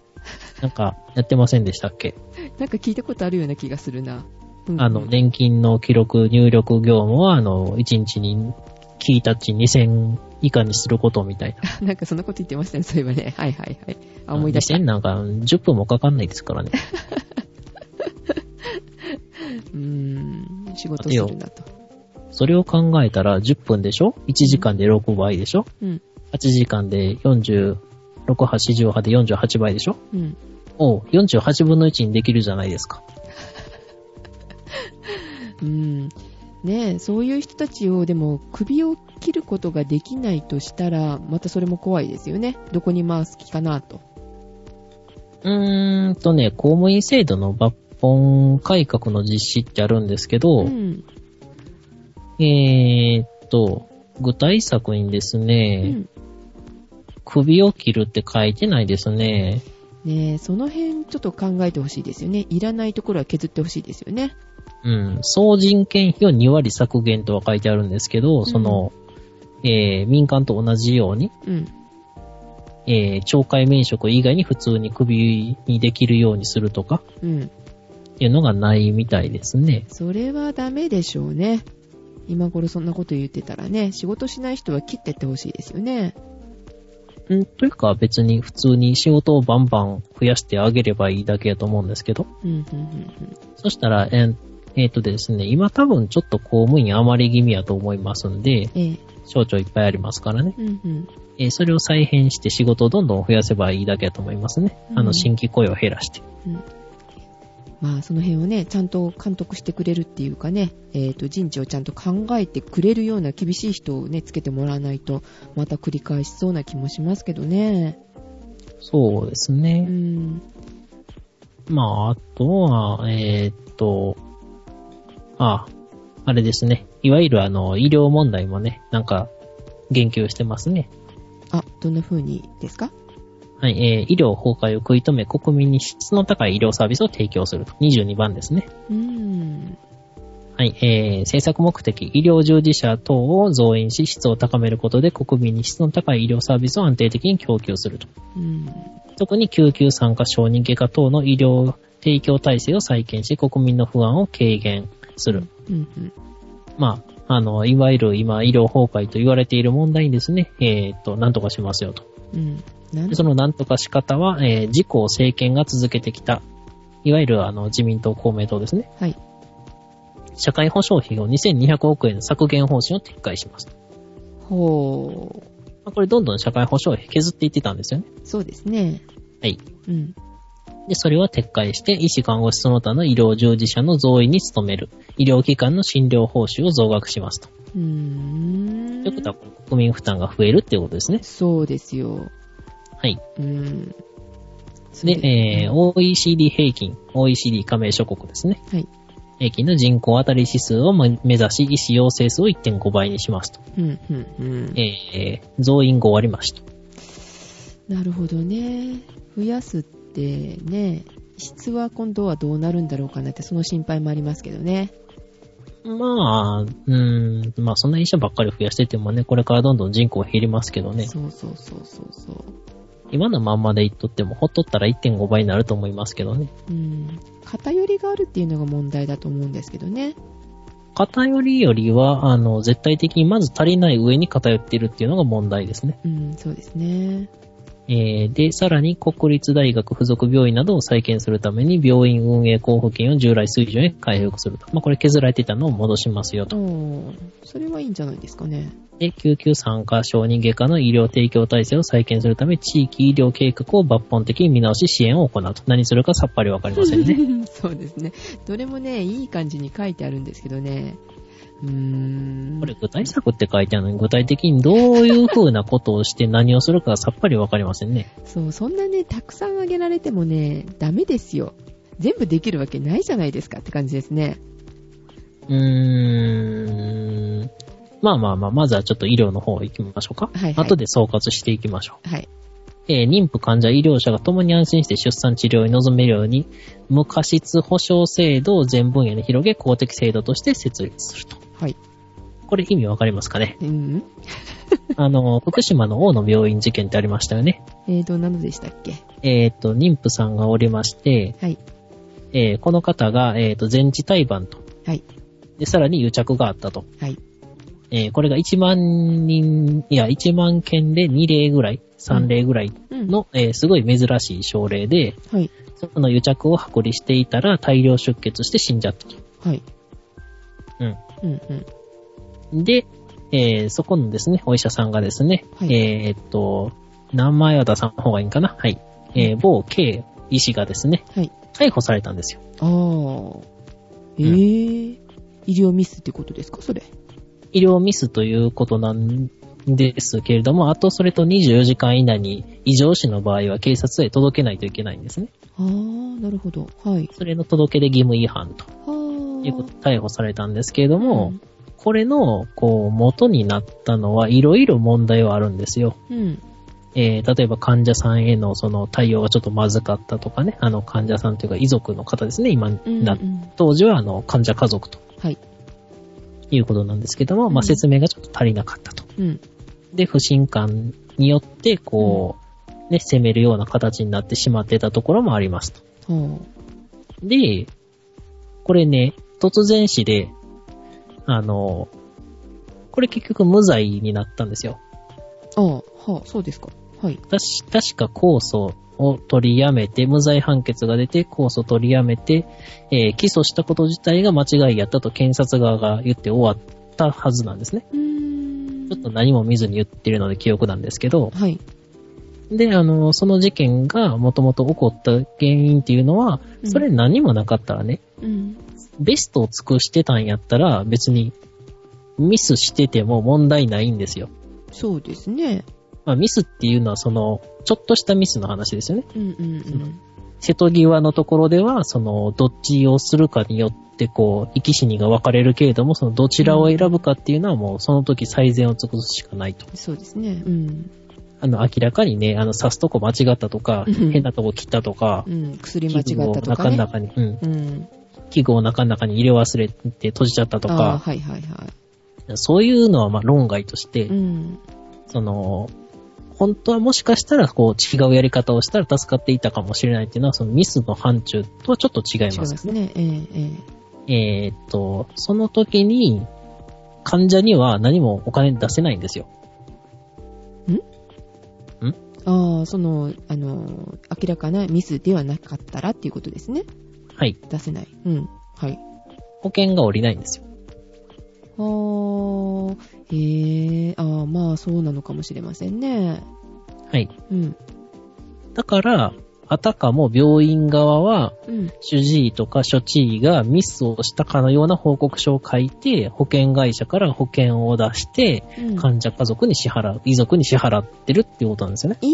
S2: なんか、やってませんでしたっけ
S1: なんか聞いたことあるような気がするな。うん
S2: あの、。年金の記録入力業務は、あの、1日にキータッチ2000以下にすることみたい な。
S1: なんかそんなこと言ってましたね、そういえばね。はいはいはい。あ、思い出した。
S2: 2000なんか10分もかかんないですからね。
S1: うーん、仕事するんだと。
S2: それを考えたら10分でしょ ?1 時間で6倍でしょ
S1: うん、
S2: ?8 時間で46波、48波で48倍でしょ
S1: うん。
S2: を48分の1にできるじゃないですか。
S1: うん、ねえそういう人たちをでも首を切ることができないとしたらまたそれも怖いですよねどこに回す気かなと
S2: うーんとね、公務員制度の抜本改革の実施ってあるんですけど、
S1: ん、
S2: えーっと、具体策にです
S1: う
S2: ね、
S1: ん、
S2: 首を切るって書いてないですね。
S1: ねえその辺ちょっと考えてほしいですよねいらないところは削ってほしいですよね
S2: うん、総人件費を2割削減とは書いてあるんですけど、その、えー民間と同じように、
S1: うん
S2: えー懲戒免職以外に普通に首にできるようにするとか
S1: うん
S2: っていうのがないみたいですね。
S1: それはダメでしょうね今頃そんなこと言ってたらね仕事しない人は切ってってほしいですよね
S2: うん、というか別に普通に仕事をバンバン増やしてあげればいいだけやと思うんですけど。
S1: うんうんうん
S2: そしたら、えーえーとですね、今多分ちょっと公務員余り気味やと思いますんで、
S1: うんええ
S2: 省庁いっぱいありますからね。
S1: うんうん
S2: えーそれを再編して仕事をどんどん増やせばいいだけやと思いますね。あ
S1: う
S2: の、
S1: ん
S2: 新規雇用を減らして。
S1: まあ、その辺をね、ちゃんと監督してくれるっていうかね、えっ、と、人事をちゃんと考えてくれるような厳しい人をね、つけてもらわないと、また繰り返しそうな気もしますけどね。
S2: そうです
S1: う
S2: ね。
S1: ん。
S2: まあ、あとは、えーっと、あ、あれですね。いわゆるあの、医療問題もね、なんか、言及してますね。
S1: あ、どんな風にですか
S2: はい、えー医療崩壊を食い止め国民に質の高い医療サービスを提供すると。22番ですね。
S1: うん。
S2: はい、えー政策目的、医療従事者等を増員し、質を高めることで国民に質の高い医療サービスを安定的に供給すると。
S1: うん。
S2: 特に救急産科、小児外科等の医療提供体制を再建し、国民の不安を軽減する。
S1: うん、うん。
S2: まあ、あの、いわゆる今、医療崩壊と言われている問題にですね、えーっと、なんとかしますよと。
S1: うん。なん
S2: でそのなんとか仕方は、えー自公政権が続けてきた、いわゆるあの自民党、公明党ですね。
S1: はい。
S2: 社会保障費を2200億円削減方針を撤回します。
S1: ほう。
S2: まあこれどんどん社会保障費削っていってたんですよね。
S1: そうですね。
S2: はい。
S1: うん。
S2: で、それは撤回して、医師看護師その他の医療従事者の増員に努める。医療機関の診療報酬を増額しますと。
S1: うーん。
S2: ということは、国民負担が増えるっていうことですね。
S1: そうですよ。
S2: はい。
S1: うん。そ
S2: で
S1: れ、
S2: えー OECD 平均、OECD 加盟諸国ですね。
S1: はい。
S2: 平均の人口当たり指数を目指し、医師陽性数を1.5倍にしますと。
S1: うん、うん、うん。
S2: えー、増員5割増しと。
S1: なるほどね。増やすってね、質は今度はどうなるんだろうかなって、その心配もありますけどね。
S2: まあ、うーん、まあそんな医者ばっかり増やしててもね、これからどんどん人口減りますけどね、
S1: そうそうそうそうそう。
S2: 今のまんまでいっとっても、ほっとったら1.5倍になると思いますけどね。
S1: うん。偏りがあるっていうのが問題だと思うんですけどね。
S2: 偏りよりは、あの、絶対的にまず足りない上に偏っているっていうのが問題ですね。
S1: うん、そうですね。
S2: えーで、さらに国立大学附属病院などを再建するために病院運営交付金を従来水準へ回復すると。まあ、これ削られてたのを戻しますよと。
S1: おそれはいいんじゃないですかね。
S2: で、救急参加承認外科の医療提供体制を再建するため地域医療計画を抜本的に見直し支援を行うと。何するかさっぱりわかりません ね。
S1: そうですね。どれもね、いい感じに書いてあるんですけどね。うーん。
S2: これ具体策って書いてあるのに具体的にどういう風なことをして何をするかがさっぱりわかりませんね。
S1: そう、そんなね、たくさんあげられてもね、ダメですよ。全部できるわけないじゃないですかって感じですね。
S2: うーん。まあまあまあ、まずはちょっと医療の方行きましょうか。
S1: はいはい
S2: 後で総括していきましょ
S1: はい。
S2: う。えー妊婦患者、医療者が共に安心して出産治療に臨めるように、無過失保障制度を全分野に広げ、公的制度として設立すると。
S1: はい。
S2: これ意味わかりますかね
S1: うん。
S2: あの、福島の大野病院事件ってありましたよね。
S1: えーと、何度でしたっけ
S2: えっ、と、妊婦さんがおりまして、
S1: はい。
S2: えーこの方が、えっ、と、全治胎盤と。
S1: はい。
S2: で、さらに癒着があったと。
S1: はい。
S2: えーこれが1万人、いや、1万件で2例ぐらい、3例ぐらい
S1: うん。
S2: の、えーすごい珍しい症例で、
S1: はい。
S2: その癒着を剥離していたら大量出血して死んじゃったと。
S1: はい。
S2: うん。
S1: うんうん。
S2: で、えーそこのですね、お医者さんがですね、
S1: はい
S2: えーっと、名前は出さん方がいいんかなはい。えー某 K 医師がですね、
S1: はい。
S2: 逮捕されたんですよ。
S1: あー。えー。医療ミスってことですかそれ。
S2: 医療ミスということなんですけれども、あとそれと24時間以内に異常死の場合は警察へ届けないといけないんですね。
S1: あー、なるほど。はい。
S2: それの届け出義務違反と
S1: はー。
S2: いうことで逮捕されたんですけれども、
S1: うん
S2: これの、こう、元になったのは、いろいろ問題はあるんですよ。
S1: うん。
S2: えー例えば患者さんへのその対応がちょっとまずかったとかね、あの患者さんというか遺族の方ですね、今、
S1: うん。
S2: な
S1: うん
S2: 当時はあの患者家族と
S1: はい。
S2: いうことなんですけども、
S1: う
S2: まあ
S1: ん
S2: 説明がちょっと足りなかったと。
S1: うん。
S2: で、不信感によって、こう、ね、責めるような形になってしまってたところもありますと。
S1: は
S2: で、これね、突然死で、あの、これ結局無罪になったんですよ。
S1: ー。あー。はー。そうですか。はい。
S2: 確確か控訴を取りやめて、無罪判決が出て、控訴取りやめて、えー起訴したこと自体が間違いやったと検察側が言って終わったはずなんですね。
S1: うーん。
S2: ちょっと何も見ずに言ってるので記憶なんですけど、
S1: はい。
S2: で、あの、その事件がもともと起こった原因っていうのは、
S1: うん
S2: それ何もなかったらね、
S1: うん。
S2: ベストを尽くしてたんやったら、別にミスしてても問題ないんですよ。
S1: そうですね。
S2: まあ、ミスっていうのはその、ちょっとしたミスの話ですよね。
S1: うんうん
S2: 瀬戸際のところでは、その、どっちをするかによって、こう、生き死にが分かれるけれども、その、どちらを選ぶかっていうのはもう、その時最善を尽くすしかないと。
S1: うん。そうですね。うん。
S2: あの、明らかにね、あの、刺すとこ間違ったとか、
S1: うん
S2: 変なとこ切ったとか
S1: う、ん。薬間違
S2: 器具
S1: っ
S2: を
S1: たと
S2: 中
S1: か
S2: の
S1: ね。
S2: 中に、うん、
S1: うん。
S2: 器具を中の中に入れ忘れて閉じちゃったと
S1: ああ、
S2: か、
S1: はいはいは
S2: そういうのは、まあ、論外として、
S1: い。うん。
S2: その、本当はもしかしたら、こう、違うやり方をしたら助かっていたかもしれないっていうのは、そのミスの範疇とはちょっと違い
S1: 違い
S2: ま
S1: ますすね。ええええ
S2: えーっと、その時に、患者には何もお金出せないんですよ。
S1: ああ、その、あの、明らかなミスではなかったらっていうことですね。
S2: はい。
S1: 出せない。うん。はい。
S2: 保険が下りないんですよ。
S1: あーへえ、ああ、まあそうなのかもしれませんね。
S2: はい。
S1: うん。
S2: だから、あたかも病院側は、
S1: うん。
S2: 主治医とか処置医がミスをしたかのような報告書を書いて、保険会社から保険を出して、
S1: うん、
S2: 患者家族に支払う、遺族に支払ってるっていうことなんですよね。
S1: ええ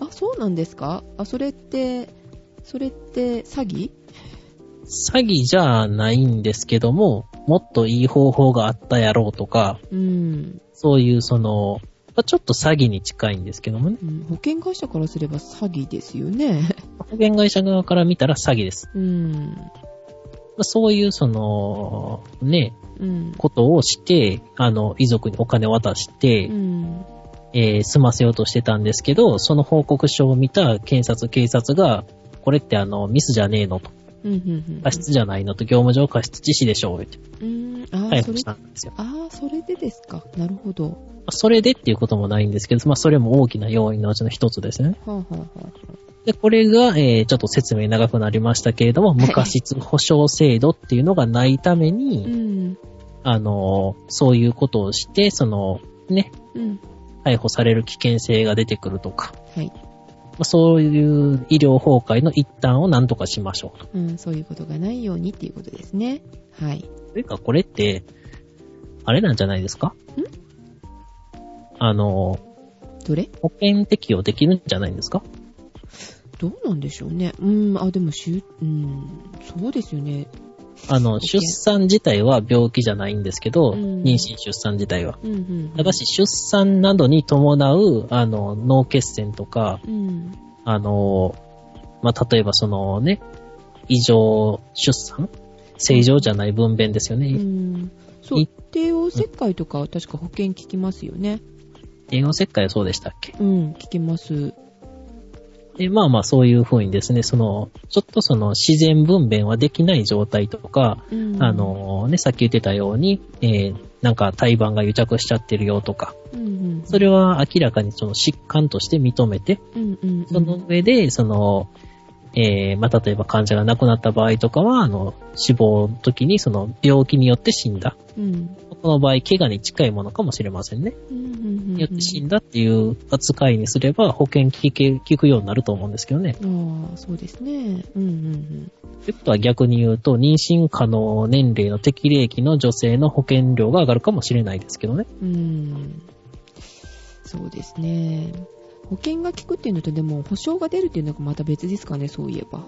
S1: あ、そうなんですかあ、それって、それって詐欺
S2: 詐欺じゃないんですけども、もっといい方法があったやろうとか、
S1: うん、
S2: そういうその、まあちょっと詐欺に近いんですけどもね。
S1: うん。保険会社からすれば 詐欺ですよね。
S2: 保険会社側から見たら詐欺です。
S1: うん。
S2: まあそういう、その、ね、
S1: うん。
S2: ことをして、あの、遺族にお金を渡して、
S1: うん。
S2: えー済ませようとしてたんですけど、その報告書を見た検察、警察が、これってあの、ミスじゃねえのと、
S1: うん。うん。
S2: 過失じゃないのと、業務上過失致死でしょう、って
S1: うん。ああ、
S2: 逮
S1: そ
S2: 捕
S1: れ
S2: し、たんですよ。
S1: ああ、それでですか。なるほど。は
S2: まあそれでっていうこともないんですけど、まあ、それも大きな要因のうちの一つですね。
S1: あ、はあはあは
S2: で、これが、えーちょっと説明長くなりましたけれども、無過失保障制度っていうのがないため
S1: あ、う
S2: に、
S1: ん。
S2: あのー、そういうことをして、その、ね、
S1: うん。
S2: 逮捕される危険性が出てくるとか、
S1: はい。
S2: まあそういう医療崩壊の一端を何とかしましょうと。
S1: うん、そういうことがないようにっていうことですね。はい。
S2: というか、これって、あれなんじゃないですかあの、
S1: どれ
S2: 保険適用できるんじゃないんですか
S1: どうなんでしょうね。うん、あ、でも、しゅ、うん、そうですよね。
S2: あの、
S1: 険
S2: 出産自体は病気じゃないんですけど、
S1: うん
S2: 妊娠出産自体は。
S1: うん、うん。
S2: ただし、出産などに伴う、あの、脳血栓とか、
S1: うん。
S2: あの、まあ、例えばそのね、異常出産正常じゃない分娩ですよね。
S1: うん。そう、帝王切開とかは確か保険聞きますよね。
S2: 帝王切開はそうでしたっけ
S1: うん、聞きます。
S2: で、まあまあそういう風にですね、その、ちょっとその自然分娩はできない状態とか、
S1: うん。
S2: あ、のね、さっき言ってたように、えーなんか胎盤が癒着しちゃってるよとか、
S1: うん、うん。
S2: それは明らかにその疾患として認めて、
S1: うん、うん。うん
S2: その、上で、その、えーまあ、例えば患者が亡くなった場合とかは、あの、死亡の時にその病気によって死んだ。
S1: うん。
S2: この場合、怪我に近いものかもしれませんね。
S1: うん、うん。うん
S2: によって死んだっていう扱いにすれば、保険聞け、聞くようになると思うんですけどね。
S1: ああ、そうですね。うん、うん、
S2: ということは逆に言うと、妊娠可能年齢の適齢期の女性の保険料が上がるかもしれないですけどね。
S1: うん。うん。そうですね。保険が効くっていうのと、でも、保証が出るっていうのがまた別ですかね、そういえば。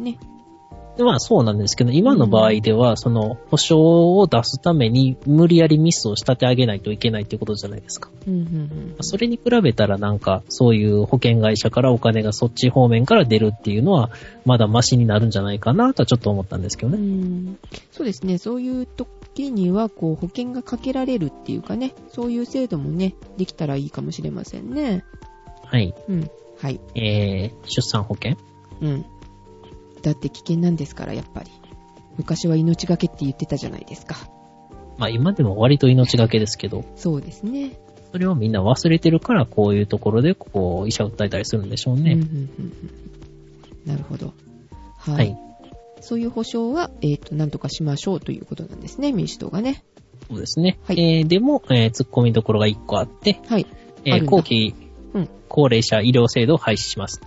S1: ね。
S2: でまあそうなんですけど、今の場合では、その保証を出すために無理やりミスを仕立て上げないといけないっていうことじゃないですか。
S1: うん、うん、うん。
S2: それに比べたらなんか、そういう保険会社からお金がそっち方面から出るっていうのは、まだマシになるんじゃないかなとはちょっと思ったんですけ
S1: う
S2: どね。
S1: んそうですね、そういう時にはこう保険がかけられるっていうかね、そういう制度もね、できたらいいかもしれませんね。
S2: はい。
S1: うん、はい、
S2: えー、出産保険
S1: うん。だって危険なんですから、やっぱり。昔は命がけって言ってたじゃないですか。
S2: まあ今でも割と命がけですけど、
S1: そうですね。
S2: それをみんな忘れてるから、こういうところで、こう、医者を訴えたりするんでしょう
S1: うん
S2: ね。
S1: うんうんうんなるほど。はい。
S2: はい。
S1: そういう保障は、えっ、と、なんとかしましょうということなんですね、民主党がね。
S2: そうですね。
S1: はい
S2: えー、でも、えー、突っ込みどころが1個あって、
S1: はい。
S2: え
S1: あ
S2: ー
S1: るんだ
S2: 後期
S1: うん、
S2: 高齢者医療制度を廃止します。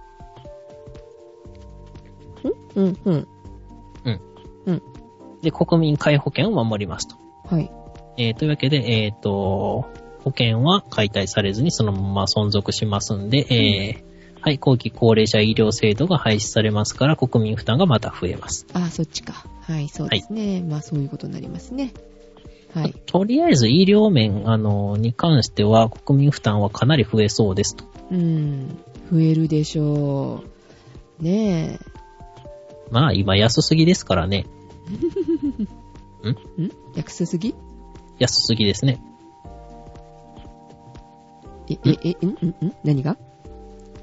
S1: うん、うん。
S2: で、国民皆保険を守りますと。
S1: はい。
S2: えーというわけで、えっ、と、保険は解体されずにそのまま存続しますんで、えーはい、後期高齢者医療制度が廃止されますから、国民負担がまた増えます。
S1: あ、そっちか。はい、そうですね。まあ、そういうことになりますね。はい。
S2: とりあえず医療面、あの、に関しては、国民負担はかなり増えそうですと。
S1: うん、増えるでしょう。ね
S2: まあ、今安すぎですからね。
S1: え。ん安すぎ
S2: 安すぎですね。
S1: え、え、え、んんん何が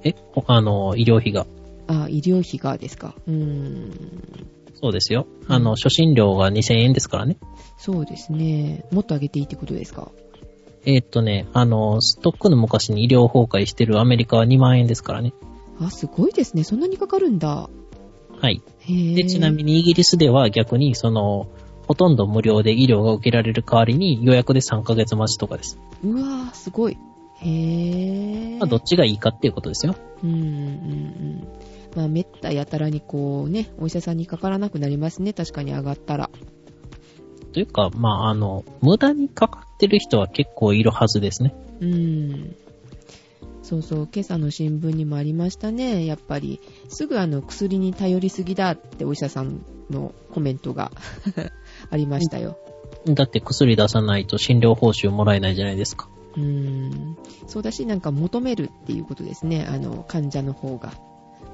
S2: え、ほあの、医療費が。
S1: あ、医療費がですか。うーん。
S2: そうですよ。あの、初診料が2000円ですからね。
S1: そうですね。もっと上げていいってことですか。
S2: えーっとね、あの、ストックの昔に医療崩壊してるアメリカは2万円ですからね。
S1: あ、すごいですね。そんなにかかるんだ。
S2: はい。
S1: へー
S2: で、ちなみにイギリスでは逆に、その、ほとんど無料で医療が受けられる代わりに予約で3ヶ月待ちとかです。
S1: うわー、すごい。へぇー。
S2: まあ、どっちがいいかっていうことですよ。
S1: うん、うん、うん。まあ、めったやたらにこうね、お医者さんにかからなくなりますね。確かに上がったら。
S2: というか、まあ、あの、無駄にかかってる人は結構いるはずですね。
S1: うん。そうそう、今朝の新聞にもありましたね。やっぱり、すぐあの、薬に頼りすぎだってお医者さんのコメントが ありましたよ。
S2: だって薬出さないと診療報酬もらえないじゃないですか。
S1: うん。そうだし、なんか求めるっていうことですね。あの、患者の方が。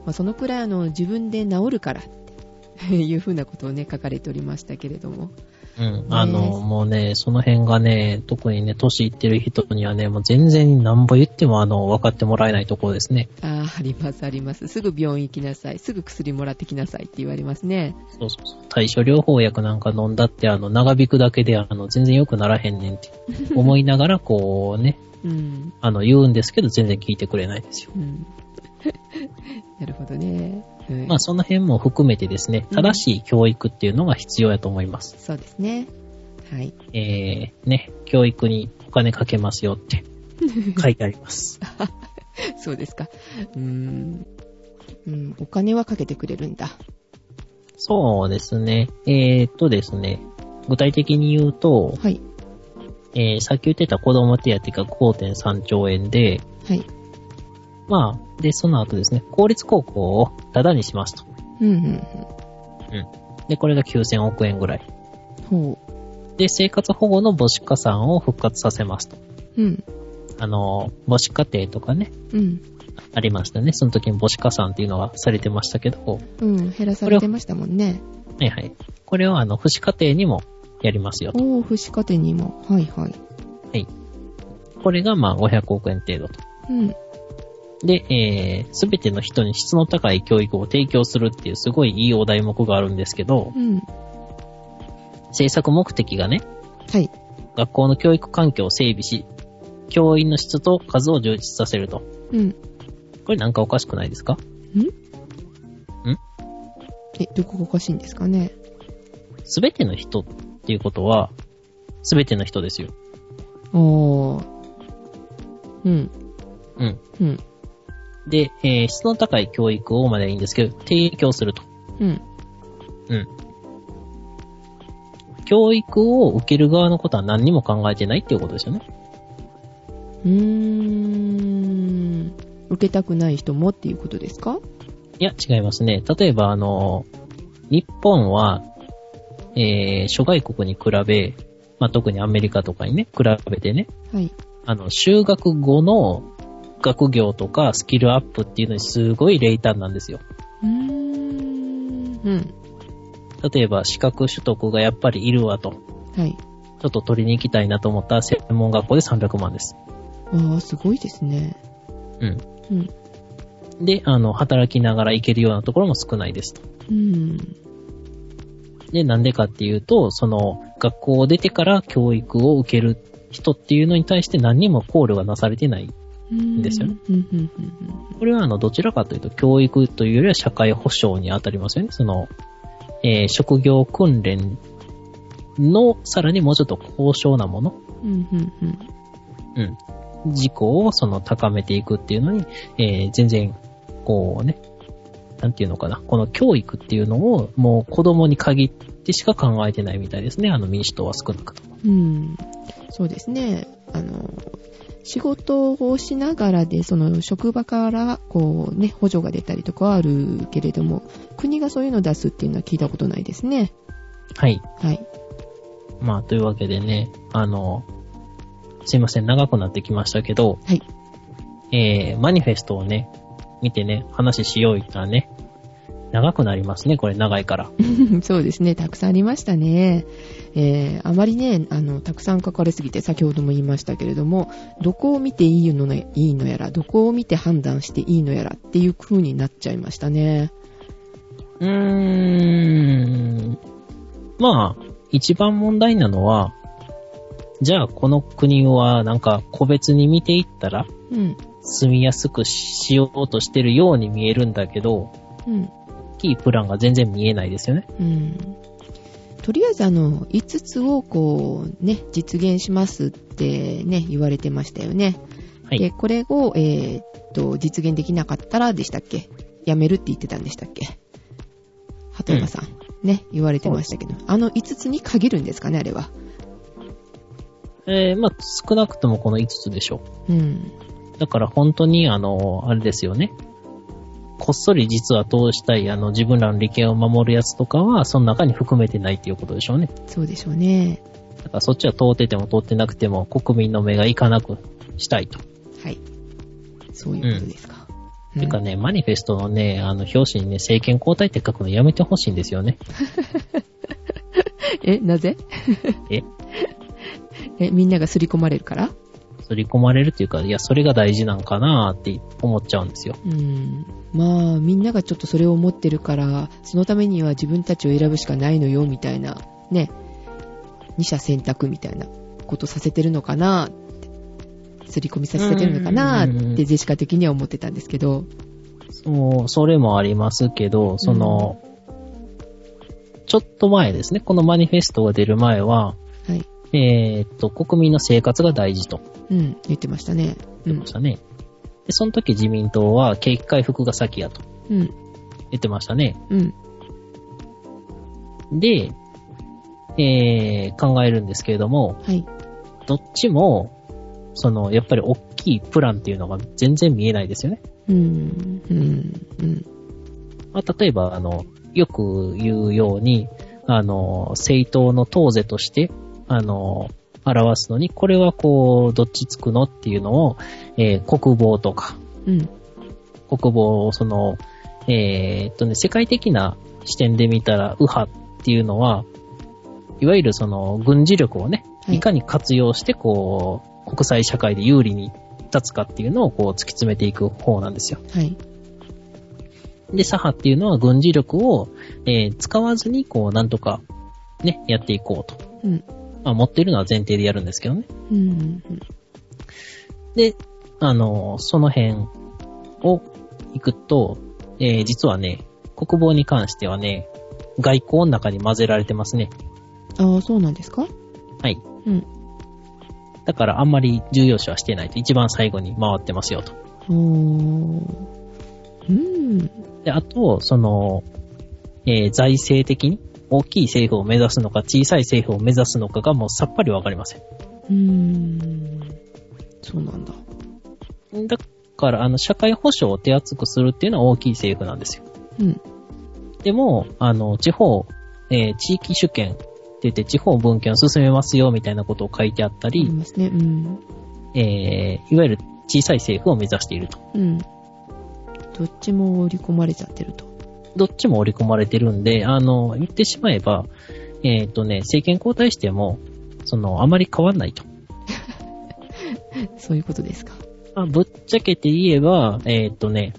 S1: まあ、そのくらいあの、自分で治るからっていうふうなことをね、書かれておりましたけれども。
S2: うん。あの、もうね、その辺がね、特にね、年いってる人にはね、もう全然何ぼ言っても、あの、分かってもらえないところですね。
S1: ああ、あります、あります。すぐ病院行きなさい。すぐ薬もらってきなさいって言われますね。
S2: そうそうそう。対処療法薬なんか飲んだって、あの、長引くだけで、あの、全然良くならへんねんって思いながら、こうね、
S1: うん。
S2: あの、言うんですけど、全然聞いてくれないですよ。
S1: うん。 なるほどね。うん
S2: まあ、その辺も含めてですね、正しい教育っていうのが必要やと思います。
S1: そうですね。はい。
S2: えー、ね、教育にお金かけますよって書いてあります。
S1: そうですか。うーん。うん、お金はかけてくれるんだ。
S2: そうですね。えー、っとですね、具体的に言うと、
S1: はい。
S2: えー、さっき言ってた子供手当が5.3兆円で、
S1: はい。
S2: まあ、で、その後ですね、公立高校をタダにしますと。
S1: うん、うん、うん。
S2: うん。で、これが9000億円ぐらい。
S1: ほ
S2: で、生活保護の母子加算を復活させますと。
S1: う。うん。
S2: あの、母子家庭とかね、
S1: うん。
S2: ありましたね。その時に母子加算っていうのはされてましたけど、
S1: うん。減らされてましたもんね。
S2: はいはい。これをあの、不死家庭にもやりますよと。
S1: おー、不死家庭にも。はい、はい。
S2: はい。これがまあ500億円程度と。
S1: うん。
S2: で、えー、すべての人に質の高い教育を提供するっていうすごいいいお題目があるんですけど、
S1: うん。
S2: 制作目的がね、
S1: はい。
S2: 学校の教育環境を整備し、教員の質と数を充実させると。
S1: うん。ん
S2: これなんかおかしくないですか
S1: え、どこがおかしいんですかね。
S2: すべての人っていうことは、すべての人ですよ。
S1: おー。うん。
S2: うん。
S1: うん。
S2: で、えー質の高い教育をまではいいんですけど、提供すると。
S1: うん。
S2: うん。教育を受ける側のことは何にも考えてないっていうことですよね。
S1: うーん。受けたくない人もっていうことですか
S2: いや、違いますね。例えば、あの、日本は、えー諸外国に比べ、まあ、特にアメリカとかにね、比べてね、
S1: はい。
S2: あの、修学後の学業とかスキルアップっていうのにすごい冷淡なんですよ。
S1: うーん。うん。
S2: 例えば、資格取得がやっぱりいるわと。
S1: はい。
S2: ちょっと取りに行きたいなと思ったら専門学校で300万です。
S1: あー、すごいですね。
S2: うん。
S1: うん。
S2: で、あの、働きながら行けるようなところも少ないですと。
S1: うん。
S2: で、なんでかっていうと、その、学校を出てから教育を受ける人っていうのに対して何にも考慮がなされてない。
S1: うん。
S2: ですよね。
S1: うん、うん、うん
S2: これは、あの、どちらかというと、教育というよりは社会保障に当たりますよね。その、えー職業訓練の、さらにもうちょっと高尚なもの。
S1: うん。うん、うん、
S2: うん。自己をその高めていくっていうのに、えー全然、こうね、なんていうのかな、この教育っていうのをもう子供に限ってしか考えてないみたいですね、あの民主党は少なくとも。
S1: うん。うん。そうですね。あの、仕事をしながらで、その職場から、こうね、補助が出たりとかはあるけれども、国がそういうのを出すっていうのは聞いたことないですね。
S2: はい。
S1: はい。
S2: まあ、というわけでね、あの、すいません、長くなってきましたけど、
S1: はい。
S2: えー、マニフェストをね、見てね、話しよう言ったらね、長くなりますね、これ長いから。
S1: そうですね、たくさんありましたね。えー、あまりね、あの、たくさん書かれすぎて、先ほども言いましたけれども、どこを見ていいのねいいのやら、どこを見て判断していいのやらっていう風になっちゃいましたね。
S2: うーん。まあ、一番問題なのは、じゃあこの国はなんか個別に見ていったら
S1: うん、
S2: 住みやすくしようとしてるように見えるんだけど、
S1: うん、
S2: 大きいプランが全然見えないですよね。
S1: うん。とりあえず、あの、5つをこう、ね、実現しますってね、言われてましたよね。
S2: は
S1: で、
S2: い。
S1: これを、えーっと、実現できなかったらでしたっけやめるって言ってたんでしたっけ鳩山さん、ね、言われてましたけど、あの5つに限るんですかね、あれは。
S2: えー、まあ少なくともこの5つでしょ
S1: うん。
S2: う。だから本当にあの、あれですよね。こっそり実は通したい、あの、自分らの利権を守るやつとかは、その中に含めてないっていうことでしょうね。
S1: そうでしょうね。
S2: だからそっちは通ってても通ってなくても国民の目がいかなくしたいと。
S1: はい。そういうことですか。
S2: てかね、マニフェストのね、あの、表紙にね、政権交代って書くのやめてほしいんですよね。
S1: え、なぜ
S2: え
S1: え、みんなが刷り込まれるから
S2: 刷り込まれるっていうか、いや、それが大事なんかなーって思っちゃうんですよ。
S1: うん。まあ、みんながちょっとそれを思ってるから、そのためには自分たちを選ぶしかないのよ、みたいな、ね。二者選択みたいなことさせてるのかなって、刷り込みさせてるのかな
S2: うんうんうん
S1: っ
S2: うん
S1: て、ジェシカ的には思ってたんですけど。
S2: そう、それもありますけど、その、ちょっと前ですね、このマニフェストが出る前は、
S1: はい。
S2: えーっと、国民の生活が大事と
S1: うん、言ってましたね。う
S2: 言って
S1: ん
S2: まし。たね。で、その時自民党は景気回復が先やと
S1: うん。
S2: 言ってましたね。
S1: うん。
S2: で、えー、考えるんですけれども、
S1: はい。
S2: どっちも、その、やっぱり大きいプランっていうのが全然見えないですよね。
S1: うん。うん。うん。
S2: まあ、例えば、あの、よく言うように、あの、政党の党是として、あの、表すのに、これはこう、どっちつくのっていうのを、えー国防とか、
S1: うん。
S2: 国防をその、えーっとね、世界的な視点で見たら、右派っていうのは、いわゆるその軍事力をね、
S1: はい
S2: いかに活用して、こう、国際社会で有利に立つかっていうのをこう突き詰めていく方なんですよ。
S1: はい。
S2: で、左派っていうのは軍事力を、えー使わずに、こう、なんとか、ね、やっていこうと。
S1: うん。
S2: まあ、持っているのは前提でやるんですけどね。
S1: うん。
S2: で、あの、その辺を行くと、えー実はね、国防に関してはね、外交の中に混ぜられてますね。
S1: ああ、そうなんですか
S2: はい。
S1: うん。
S2: だからあんまり重要視はしてないと。一番最後に回ってますよと。
S1: おー。うん。
S2: で、あと、その、えー財政的に大きい政府を目指すのか小さい政府を目指すのかがもうさっぱりわかりません。
S1: うーん。そうなんだ。
S2: だから、あの、社会保障を手厚くするっていうのは大きい政府なんですよ。
S1: うん。
S2: でも、あの、地方、えー地域主権って言って地方分権を進めますよみたいなことを書いてあった
S1: あり
S2: り、
S1: ますね。うん。
S2: えーいわゆる小さい政府を目指していると。
S1: うん。どっちも織り込まれちゃってると。
S2: どっちも織り込まれてるんで、あの、言ってしまえば、えっ、とね、政権交代しても、その、あまり変わんないと。
S1: そういうことですか。
S2: まあ、ぶっちゃけて言えば、えっ、とね、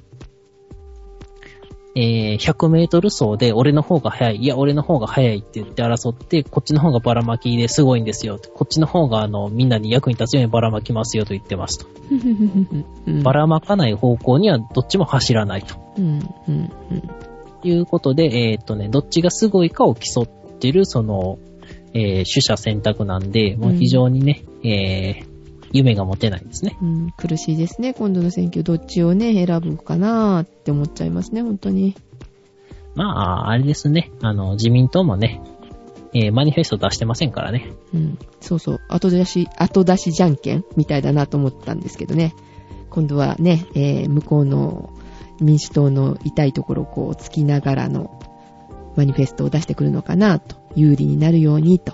S2: えー100メートル走で俺の方が速い、いや俺の方が速いって言って争って、こっちの方がばらまきですごいんですよ。こっちの方があの、みんなに役に立つようにばらまきますよと言ってますと。
S1: うん
S2: ばらまかない方向にはどっちも走らないと。
S1: うん。うん。
S2: いうことで、えーっとね、どっちがすごいかを競ってる、その、えー、取捨選択なんで、もう非常にね、えー、夢が持てないですね。
S1: うん。うん。苦しいですね。今度の選挙、どっちをね、選ぶかなーって思っちゃいますね、本当に。
S2: まあ、あれですね、あの、自民党もね、えー、マニフェスト出してませんからね。
S1: うん。そうそう。後出し、後出しじゃんけんみたいだなと思ったんですけどね。今度はね、えー向こうの民主党の痛いところをこう、つきながらのマニフェストを出してくるのかなと。有利になるようにと。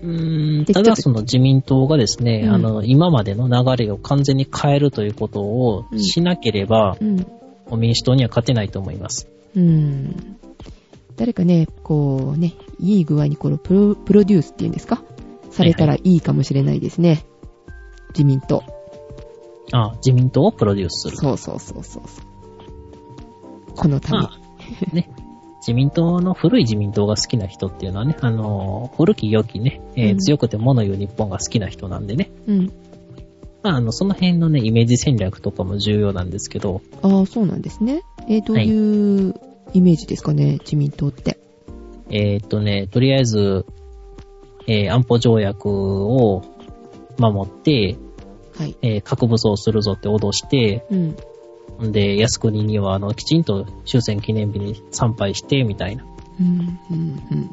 S2: うーん、
S1: で
S2: た
S1: ちょっ
S2: だ
S1: と
S2: その自民党がですね、
S1: うん
S2: あの、今までの流れを完全に変えるということをしなければ、
S1: うん。
S2: もう民主党には勝てないと思います。
S1: うん。誰かね、こうね、いい具合にこのプロプロデュースっていうんですかされたらいいかもしれないですね。自民党。
S2: あ、自民党をプロデュースする。
S1: そうそうそうそうそう。このために
S2: ま。あ、ね、自民党の古い自民党が好きな人っていうのはね、あの、古き良きね、えー
S1: うん
S2: 強くて物言う日本が好きな人なんでね、
S1: うん。
S2: まあ、あの、その辺のね、イメージ戦略とかも重要なんですけど、
S1: ああ、そうなんですね。えーどういうイメージですかね、自民党って。
S2: えーっとね、とりあえず、えー安保条約を守って、
S1: はい。
S2: えー核武装するぞって脅して、
S1: うん。
S2: んで、靖国には、あの、きちんと終戦記念日に参拝して、みたいな。
S1: うん、うん、うん。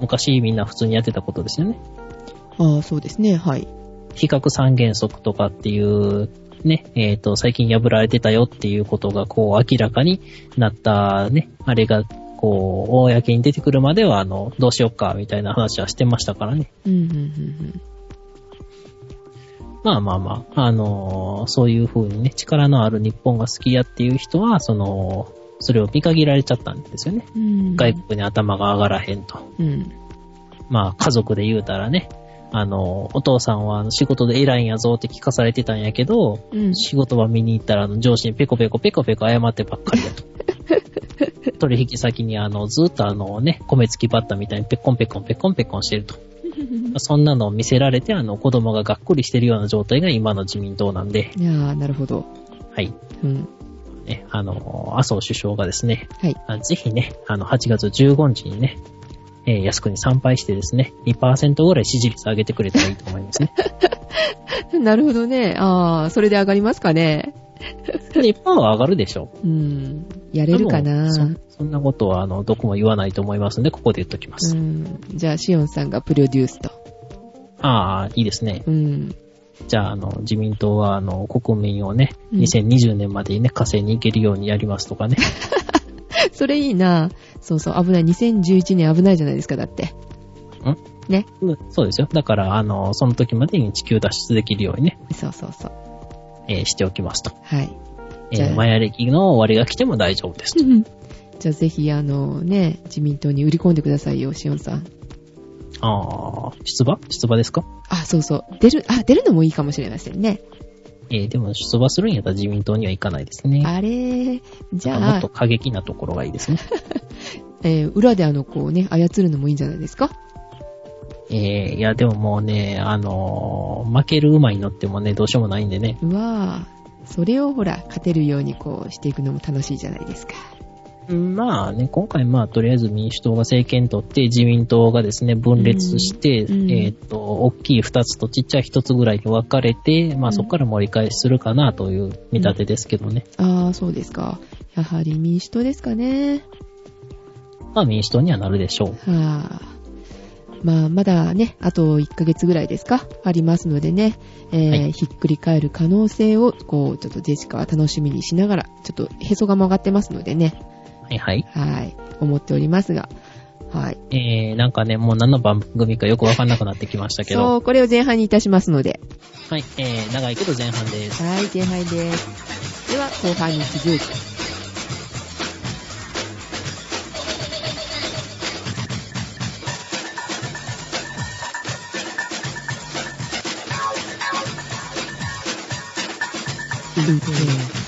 S2: 昔みんな普通にやってたことですよね。
S1: ああ、そうですね、はい。
S2: 非核三原則とかっていう、ね、えっ、と、最近破られてたよっていうことが、こう、明らかになったね、あれが、こう、公に出てくるまでは、あの、どうしよっか、みたいな話はしてましたからね。
S1: うん、うん、うん、
S2: まあまあまあ、あのーそういう風にね、力のある日本が好きやっていう人は、その、それを見限られちゃったんですよね。
S1: うん
S2: 外国に頭が上がらへんと。
S1: うん。
S2: まあ、家族で言うたらね、あの、お父さんはあの仕事で偉いんやぞって聞かされてたんやけど、
S1: うん。
S2: 仕事場見に行ったらあの上司にペコペコペコペコ謝ってばっかりだと。取引先にあの、ずっとあのね、米付きバッタみたいにペコンペコンペコンペコンしてると。そんなのを見せられて、あの、子供ががっくりしてるような状態が今の自民党なんで、
S1: いやー、なるほど。
S2: はい。
S1: うん。
S2: ね、あの、麻生首相がですね、
S1: はい。
S2: あぜひね、あの、8月15日にね、えー靖国参拝してですね、2%ぐらい支持率上げてくれたらいいと思いますね。
S1: なるほどね。あー、それで上がりますかね。
S2: 日本は上がるでしょう。
S1: うん。やれるかな
S2: でもそそんなことは、あの、どこも言わないと思いますんで、ここで言っときま
S1: う
S2: す。
S1: ん。じゃあ、シオンさんがプロデュースと。
S2: ああ、いいですね。
S1: うん。
S2: じゃあ、あの、自民党は、あの、国民をね、
S1: うん
S2: 2020年までにね、火星に行けるようにやりますとかね。
S1: それいいな。そうそう、危ない。2011年危ないじゃないですか、だって。
S2: ん
S1: ね。
S2: うんそうですよ。だから、あの、その時までに地球脱出できるようにね、
S1: そうそうそう。
S2: えーしておきますと。
S1: はい。
S2: え
S1: じゃあ
S2: ー、マヤ歴の終わりが来ても大丈夫ですと。
S1: じゃあ、ぜひ、あのね、自民党に売り込んでくださいよ、シオンさん。
S2: ああ、出馬出馬ですか
S1: あ、そうそう。出る、あ、出るのもいいかもしれませんね。
S2: えーでも出馬するんやったら自民党には行かないですね。
S1: あれー、じ
S2: も
S1: ゃ
S2: っ
S1: あ
S2: と、過激なところがいいですね。
S1: えー裏であの、こうね、操るのもいいんじゃないですか。
S2: えーいや、でももうね、あのー負ける馬に乗ってもね、どうしようもないんでね。
S1: うわぁ、それをほら、勝てるようにこうしていくのも楽しいじゃないですか。
S2: まあね、今回まあ、とりあえず民主党が政権取って、自民党がですね、分裂して、
S1: うんうん
S2: えーっと、大きい2つとちっちゃい1つぐらいに分かれて、
S1: う
S2: まあ
S1: ん
S2: そこから盛り返しするかなという見立てですけどね。
S1: ああ、そうですか。やはり民主党ですかね。
S2: まあ民主党にはなるでしょう。
S1: はあ。まあ、まだね、あと1ヶ月ぐらいですか、ありますのでね、えー
S2: はい
S1: ひっくり返る可能性を、こう、ちょっとジェシカは楽しみにしながら、ちょっとへそが曲がってますのでね、
S2: はいはい。
S1: はい、思っておりますが、はい。
S2: えー、なんかね、もう何の番組かよくわかんなくなってきましたけ
S1: そ
S2: ど。
S1: う、これを前半にいたしますので、
S2: はい、えー、長いけど前半です。
S1: はい、前半です。では、後半に続いて。うん